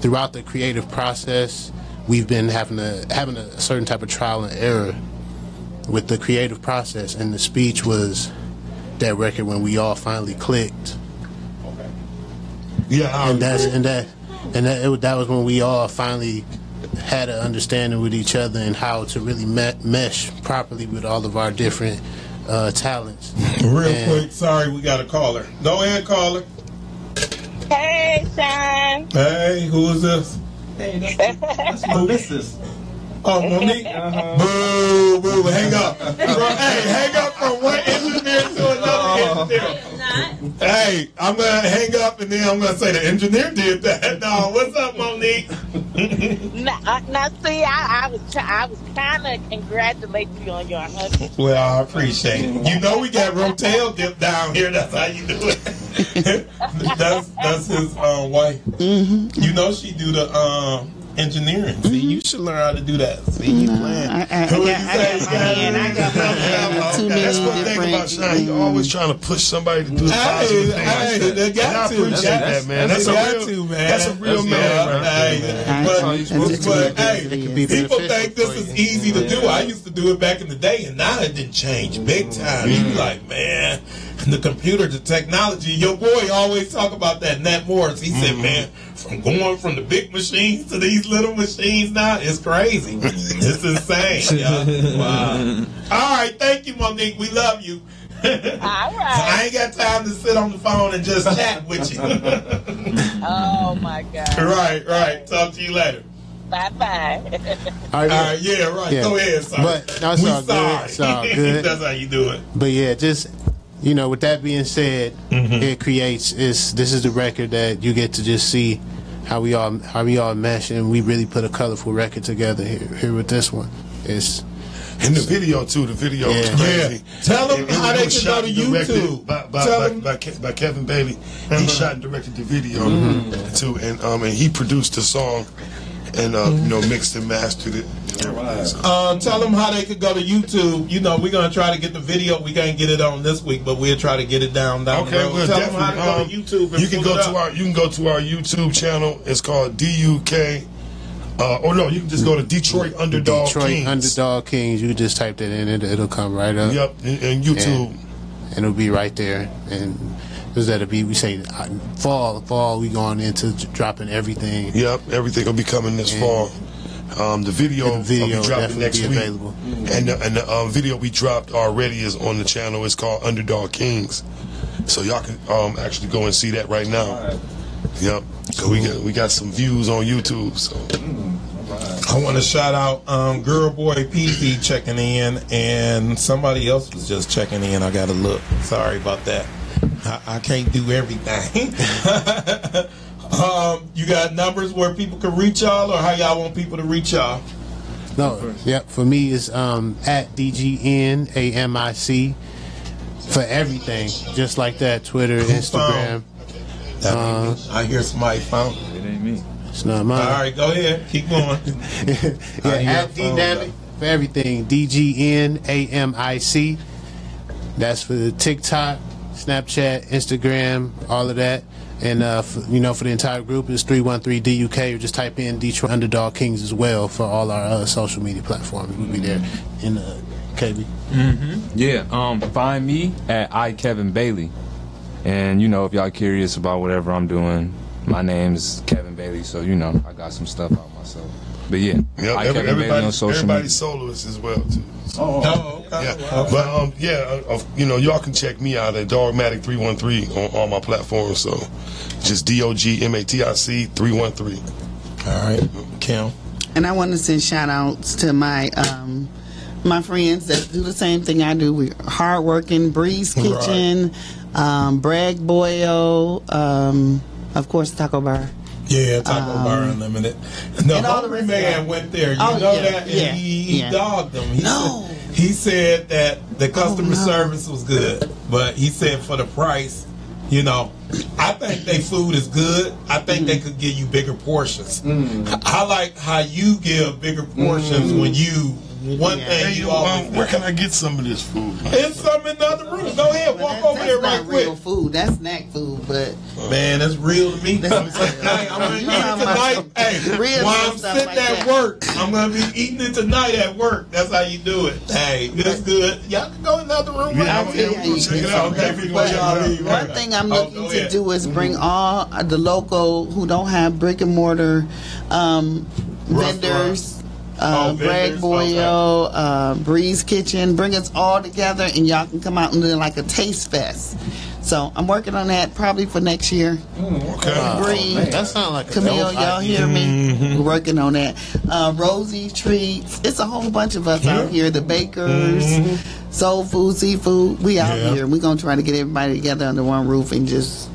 throughout the creative process we've been having a having a certain type of trial and error with the creative process, and the speech was that record when we all finally clicked,
Yeah, I
and that's and that and that it, was- that was when we all finally had an understanding with each other and how to really me- mesh properly with all of our different uh, talents.
Real
Yeah.
quick, sorry, we got a caller. Go ahead, caller.
Hey, Sean.
Hey, who is this?
Hey, that's, that's my missus.
Oh, Monique. Boo, boo, hang up. Bro, hey, hang up from one engineer to another engineer.
not.
Hey, I'm going to hang up and then I'm going to say the engineer did that. No, what's up, Monique?
Now, uh, now see, I, I was try- I was trying to congratulate you on your honey.
Well, I appreciate it. You know we got Rotel dip down here. That's how you do it. that's that's his um, wife. You know she do the um, engineering. Mm-hmm. See, you should learn how to do that. See, you playing.
I, I, I, got,
Who you
I
say?
got my hand. I got my hand. on Too
Okay,
many
That's one
different.
thing about Sean. He's always trying to push somebody to do the
Hey,
positive thing.
hey, they
And I
got to.
appreciate that, man. That's,
they
a
got
real,
to, man.
That's a real
That's
man.
all
right
right.
there.
Hey,
I-
but-
how you supposed to do
but,
it.
hey,
It could be
people
beneficial
think this
for
is
you.
easy to do. I used to do it back in the day, and now it didn't change big time. You be like, man, the computer, the technology. Your boy always talk about that. Nat Morris. He said, man, from going from the big machines to these little machines now, it's crazy. it's insane. y'all. Wow. All right, thank you, Monique. We love you.
All
I
right.
ain't got time to sit on the phone and just chat with you.
Oh my God.
right, right. Talk to you later.
Bye bye.
All right, yeah, right. Go ahead, sorry.
But no, it's
we
all good.
sorry.
It's all good.
That's how you do it.
But yeah, just you know, with that being said,
Mm-hmm.
it creates is this is the record that you get to just see how we all how we all mesh and we really put a colorful record together here, here with this one. It's
And the video too. The video was
Yeah.
crazy.
Yeah.
Tell 'em
And- and
how
it
they
was
can go
shot
to
and directed
YouTube.
by, by,
Tell Uh-huh.
by,
'em-
by Ke- by Kevin Bailey. He shot and directed the video
Mm-hmm.
too, and um and he produced the song, and uh, you know mixed and mastered it.
Uh, tell them how they could go to YouTube. You know, we're gonna try to get the video. We can't get it on this week, but we'll try to get it down. down the
Okay,
road.
well,
tell
definitely.
them how to go
um,
to YouTube. And
you can
pull
go
it up.
to our you can go to our YouTube channel. It's called DUK. Uh, or no, you can just go to Detroit Underdog
Detroit
Kings.
Underdog Kings. You just type that in, it, it'll come right up.
Yep, and, and YouTube.
And, and it'll be right there. And because that'll be, we say uh, fall, fall, we going into j- dropping everything.
Yep, everything will be coming this fall. Um, the video,
And the video
will be dropping
will
next
definitely be
week,
available.
and the, and the um, video we dropped already is on the channel. It's called Underdog Kings, so y'all can um, actually go and see that right now. Yep. So we got we got some views on YouTube. So
I want to shout out um, Girl Boy PZ checking in, and somebody else was just checking in. I got to look. Sorry about that. I, I can't do everything. um, you got numbers where people can reach y'all, or how y'all want people to reach y'all?
No, yep. For me, it's um, at DGNAMIC for everything, just like that. Twitter, Instagram. Uh,
I hear somebody phone. It
ain't me.
it's not
All
Uh, mine.
right, go ahead. Keep going.
Uh, yeah,
I hear
at
a phone,
Dynamic for everything. D G N A M I C. That's for the TikTok, Snapchat, Instagram, all of that. And uh, f you know, for the entire group is three one three D U K. Or just type in Detroit Underdog Kings as well for all our uh, social media platforms. We'll be there in uh, KB.
Yeah, um, find me at I Kevin Bailey, and you know if y'all curious about whatever I'm doing, my name's Kevin Bailey, so you know I got some stuff out myself. But yeah,
yep,
I
every-
Kevin Bailey
everybody,
on social
everybody
media.
soloist as well too.
Oh, okay.
Yeah,
Wow.
but um, yeah, uh, uh, you know, y'all can check me out at Dogmatic three one three on all my platforms. So, just D O G M A T I C three one three.
All right, Kim.
And I want to send shout outs to my um, my friends that do the same thing I do. We're hardworking Breeze
Right.
Kitchen, um, Bragg Boyo, um, of course Taco Bar. Um,
Yeah, Taco Bar Unlimited. The
Mm-hmm. and all the
hungry
rest of
man
that.
went there. You
Oh,
know
yeah,
that, and
yeah,
he, he
yeah.
dogged them. He
No. Oh,
Said, he said that the customer
no.
service was good, but he said for the price, you know, I think they food is good. I think they
Mm-hmm.
could give you bigger portions.
Mm-hmm.
I like how you give bigger portions when you one
Mm-hmm. Yeah.
thing
Hey,
you
yo,
always.
um, where can I get some of this food?
It's some in the other room. Go ahead, walk
That-
over
that's
there
not
right quick.
real food. That's snack food, but
Man, that's real to me.
That's real.
Hey, I'm gonna eat
You talking about
it
some
tonight. Hey,
real
while I'm
stuff
sitting
like that.
at work, I'm gonna be eating it tonight at work. That's how you do it. Hey, that's good. Y'all can go in the other room.
Yeah,
right
I'll tell
now.
you how you
check
do
it out.
Okay,
Okay, we
we gonna
gonna
check it out.
check it
One thing I'm
Oh,
looking
go
to
ahead.
do is bring all of the local who don't have brick and mortar um,
Restaurant.
vendors.
Oh,
Uh, Bragg
vendors,
Boyo, uh, Breeze Kitchen, bring us all together and y'all can come out and do like a taste fest. So I'm working on that probably for next year.
Hmm.
Okay.
Bree,
That sounds like a
Camille,
dope
y'all
idea.
hear me?
Mm-hmm.
We're working on that. Uh, Rosie Treats. It's a whole bunch of us out here. The bakers,
Mm-hmm.
soul food, seafood. We out
Yeah.
here. We're gonna try to get everybody together under one roof and just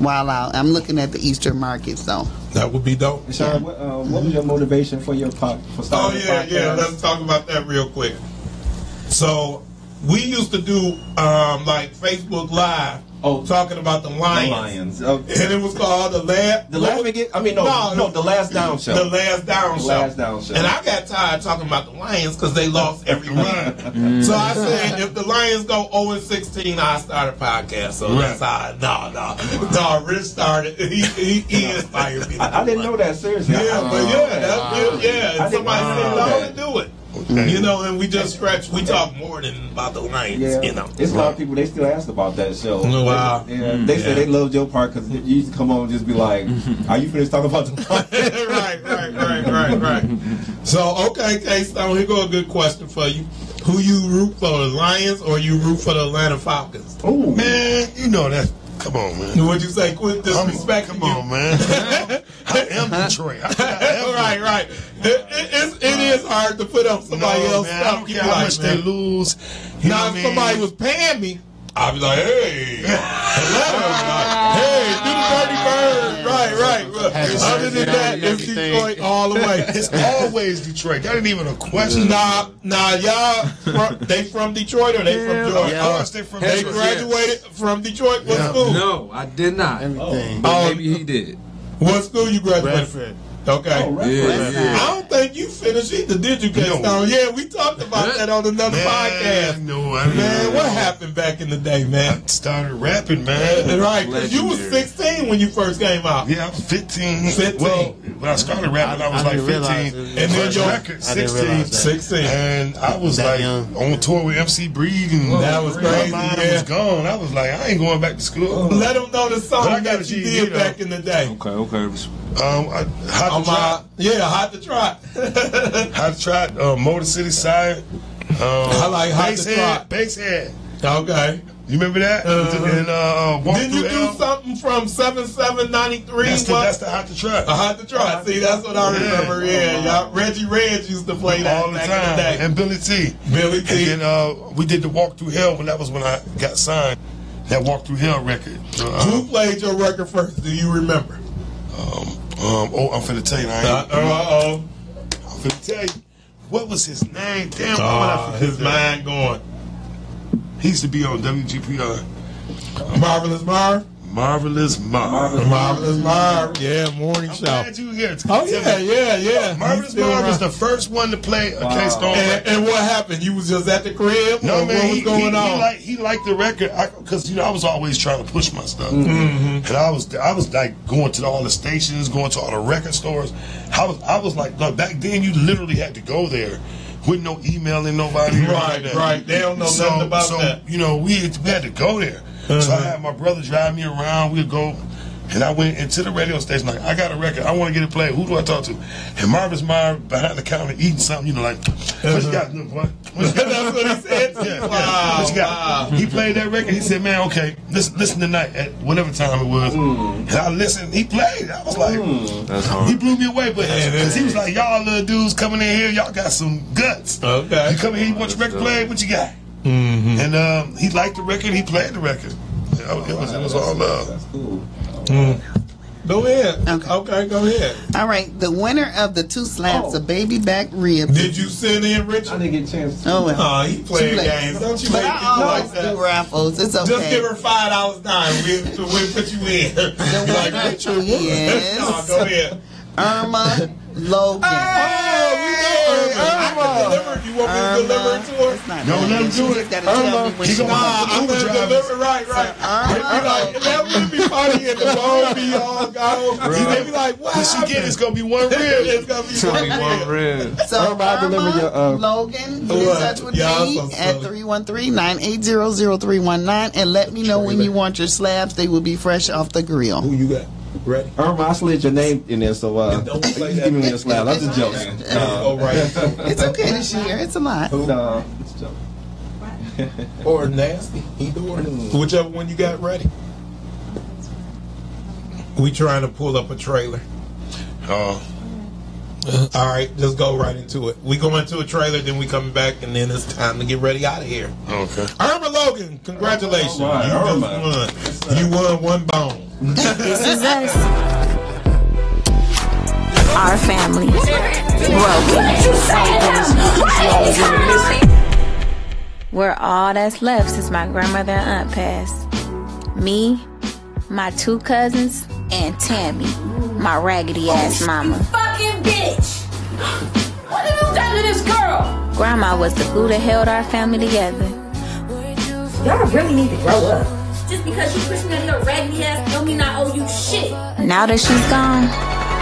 wild out. I'm looking at the Easter market, so
That would be dope.
Sean, what, uh, what was your motivation for your pop for
Oh
starting
yeah,
the podcast?
yeah. Let's talk about that real quick. So we used to do um, like Facebook Live.
Oh.
talking about the lions.
the Lions. Okay.
And it was called the last.
The last we get, I mean, no, no, the last down show.
The last down
The
show.
last down show.
And I got tired talking about the Lions because they lost every run. so I said, if the Lions go 0 and 16, I start a podcast. So that's how. No, no, no. Rich started. He, he, he inspired me. to
I, I
do
didn't
it.
know that. Seriously, I-
Yeah,
I-
but yeah, that, yeah,
I
yeah. And
didn't-
somebody said,
wow.
"Y'all do it."
Okay.
You know, and we just stretch. We talk more than about the Lions.
Yeah,
You know,
it's a lot of people. They still ask about that show.
Oh, wow.
They, yeah, they
Yeah.
say they loved your part because you used to come on and just be like, "Are you finished talking about the?" podcast?"
right, right, right, right, right. So, okay, K Stone, here go a good question for you. Who you root for, the Lions or you root for the Atlanta Falcons?
Ooh,
Man, you know that Come on, man.
What'd you say? Quit disrespect. Come on,
man. I am Detroit.
right, right. It, it, it's, it is hard to put up somebody
No,
else's
man, I
stuff.
don't
You
care
be
how
like,
much
man.
they lose. You know
Now,
what I
if somebody
mean?
was paying me, I'd be like, hey, hello. hey, do the dirty bird. Right, right. Look, Other than that, it's Detroit all the way.
It's always Detroit. That ain't even a question.
Nah, nah, y'all. From, they from Detroit or they
Yeah.
from Georgia?
Yeah. Of course they from
They
Detroit.
graduated from Detroit. What school?
No, I did not. Everything.
Oh.
maybe he did.
What school you graduated
Redford.
from? Okay.
Oh,
Redford. Yeah, yeah.
I don't think you finished either, did you, Keystone? Yeah, we talked about that on another podcast.
No, I mean,
Man, what happened back in the day, man?
started rapping, man.
Right, 'cause you was
Legendary.
16 when you first came out.
Yeah, I was 15.
15.
Well, when I started rapping, I, was like 15.
it. And then
First
your-
record,
I didn't realize
16.
that. 16.
And I was
That
like
young.
on tour with MC Breed. And
That was crazy,
My mind
yeah.
was gone. I was like, I ain't going back to school.
Let them know the
But I
song
got a
that you
GED,
did
though.
back in the day.
Okay, okay.
Um, I, how
On
to try,
my, yeah, hot to trot.
how to try, uh, Motor City Side. Um, I
like Hot to Trot.
Basehead.
okay.
You remember that?
Uh-huh.
and uh, Walk
Didn't you
Through
do
Hell.
something from 7793?
That's the,
What?
that's the Hot to Try.
I had to try. See, that's what I
Yeah. Uh-huh.
remember. Yeah, y'all. Reggie Reg used to play that
all the
back
time.
in
And Billy T.
the day. Billy
And
T.
then uh, we did the Walk Through Hell when that was when I got signed. That Walk Through Hell record. Uh,
Who played your record first? Do you remember?
um, oh, I'm finna tell you. I ain't,
Uh oh.
I'm finna tell you. What was his name? Damn, why would
Uh,
I
his
forget that?
mind going.
He used to be on WGPR.
Marvelous Marv.
Marvelous Marv.
Marvelous Marv. Yeah, morning
I'm
show.
glad you were here.
Oh yeah, yeah, yeah.
Marvelous
He's still
Marv was
around.
the first one to play a K Stone
And,
record.
and what happened? You was just at the crib.
No
or
man,
what
he,
was going
he, he
on?
liked he liked the record because you know I was always trying to push my stuff,
Mm-hmm.
and I was I was like going to all the stations, going to all the record stores. I was I was like look, back then you literally had to go there with no emailing nobody. or
Right,
nothing.
right. They don't know
so,
nothing about
so,
that.
You know we had, we had to go there. So
Uh-huh.
I had my brother drive me around. We'd go. And I went into the radio station like, I got a record. I want to get it played. Who do I talk to? And Marvin's mind behind the counter eating something. You know, like, what
Uh-huh.
you got, little boy? What you got?
That's what he said.
Yeah, yeah.
Wow,
What you got?
wow.
He played that record. He said, "Man, okay, listen, listen tonight at whatever time it was." And I listened. He played. I was like,
Hmm.
That's hard.
he blew me away, but
Yeah,
because he was like, "Y'all little dudes coming in here, y'all got some guts.
Okay.
You come in here, you want your record played? What you got?" And um, he liked the record. He played the record. Yeah, It was, it was all love.
Go ahead.
Okay.
Okay, go ahead.
All right, the winner of the two slaps
Oh.
of baby back rib.
Did you send in Richard?
didn't get a chance.
Oh, well.
Oh, he playing
Too late.
games. Don't you
But
make
I
people
always
like that.
do raffles. It's okay.
Just give her five dollars dime. We we we'll put you in. like
winner
Richard Wood.
is-
no, go ahead.
Irma Logan.
Oh, we know Irma. I can deliver. You want me to deliver it to
It's
her?
not
No,
that
let him
big.
do
She
it.
just gotta tell me when
She
she
gonna-
wants
Nah, I'm
Uber
gonna
drivers.
deliver. Right, right.
Irma.
You like that would be funny if the phone be all gone. They be like, what?
What she get is gonna be one
It's
rib.
gonna be funny.
it. So Irma,
uh,
Logan, get in
uh, What?
touch with
Y'all
me
so
at
silly.
313-980-0319 and let me know when you want your slabs. They will be fresh off the grill.
you got? Ready?
Irma, I slid your name in there, so uh,
Don't
you
play
can
that.
give me your slap. I'm just joking.
All right.
It's okay this year. It's a lot.
No, it's joking.
Or nasty. Either or. Whichever one you got ready. We trying to pull up a trailer.
Oh,
All right, just go right into it. We go into a trailer, then we come back, and then it's time to get ready out of here.
Oh, okay.
Irma Logan, congratulations. you just won. You won one bone.
This is us. Our family. Broken. We're all that's left since my grandmother and aunt passed. Me, my two cousins, and Tammy, my raggedy ass mama.
Fucking bitch! What have you done to this girl?
Grandma was the glue that held our family together.
Y'all really need to grow up. Just because you pushed me under your raggedy ass don't mean I owe you shit.
Now that she's gone,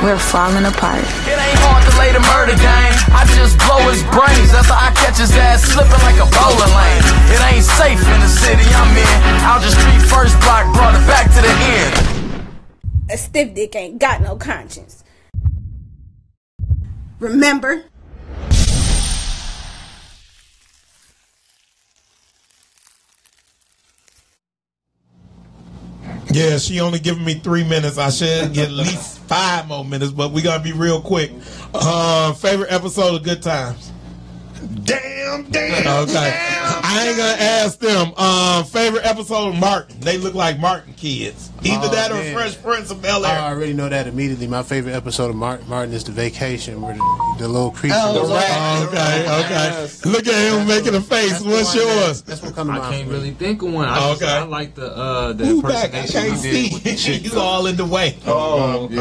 we're falling apart.
It ain't hard to lay the murder game. I just blow his brains. That's how I catch his ass slipping like a bowling lane. It ain't safe in the city I'm in. Out the street, first block, brought it back to the end.
A stiff dick ain't got no conscience. Remember?
Yeah, she only giving me three minutes. I should get at least five more minutes, but we gonna be real quick. Uh, favorite episode of Good Times. Damn, damn. Okay. I ain't gonna ask them. Um, favorite episode of Martin. They look like Martin kids. Either
Oh,
that or
man. Oh,
Fresh Prince of Bel Air.
I already know that immediately. My favorite episode of Martin, Martin is the vacation where the, the little creature. "Oh,
Oh, the rat. Okay, okay. Look at him making a face. What's yours?
That's what comes
to
I
mind
can't
for me.
really think of one. I, just,
Oh, Okay.
I like the uh, the
Who back? I
impersonation
can't
you did with the
see.
chick.
you all in the way.
Oh, yeah.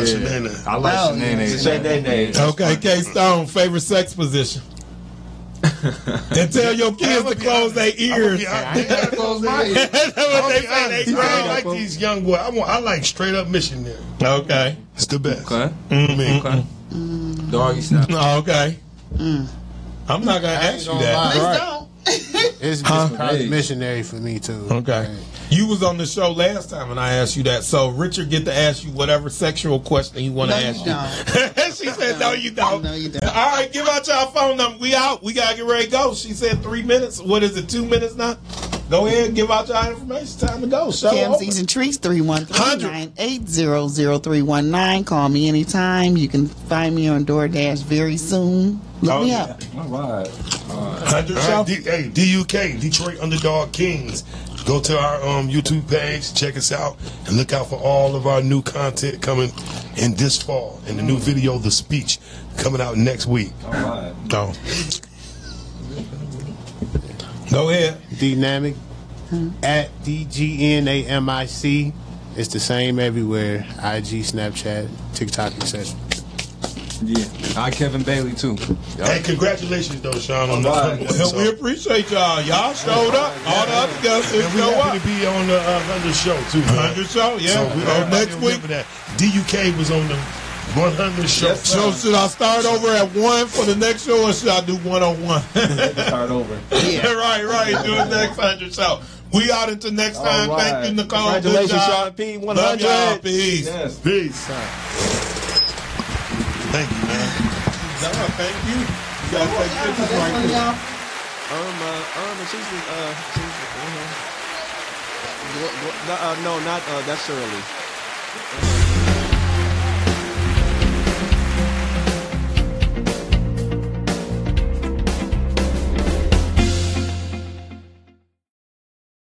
I like
Oh,
Shanae.
Okay, K Stone, favorite sex position. and tell your kids to close their ears. That's what they say. They
I
grown
don't
like
like these young boys. I want. I like straight up missionary.
Okay.
It's the best.
Okay. Oh,
I mean,
Okay. Doggy style.
No, okay. I'm not gonna ask you
gonna
that.
lie.
Right.
It's, it's
Huh?
Christ missionary for me too.
Okay. You was on the show last time and I asked you that. So Richard get to ask you whatever sexual question he wanna
No,
ask
you don't.
she said, "No, you don't.
No, you don't.
All right, give out your phone number. We out. We gotta get ready to go." She said three minutes. What is it? Two minutes now. Go ahead. Give out your information. Time to go. Show
Cam's
over.
Eats and Treats, 313-980-0319. Call me anytime. You can find me on DoorDash very soon. Look
Oh,
me up.
All right.
Hundred
All right, D- hey, DUK, Detroit Underdog Kings. Go to our um, YouTube page, check us out, and look out for all of our new content coming in this fall. And the new video, The Speech, coming out next week.
All
Oh.
right.
Go. Go ahead.
Dynamic at D G N A M I C. It's the same everywhere. IG, Snapchat, TikTok, etc.
Yeah. I Kevin Bailey too.
Hey, congratulations, though, Sean, on
All right.
the
And we
so,
appreciate y'all. Y'all showed up. All the other guests didn't
And we
show
happy
up.
to be on the uh, 100 show, too, man.
Hundred show, yeah.
So, we
So next week.
That. DUK was on the 100 show.
Yes,
So should I start over at one for the next show, or should I do one on one?
Start over.
Right, right. Do it next hundred show. We out until next time.
All right.
Thank you, Nicole.
Congratulations,
Good job.
Sean P.
Love
100.
y'all. Peace.
Yes.
Peace. Thank you, man.
No, thank you. You gotta take pictures right there.
Irma, Irma, she's the, Um, uh, she's the, uh, no, uh, no, not, uh, that's Shirley. Uh,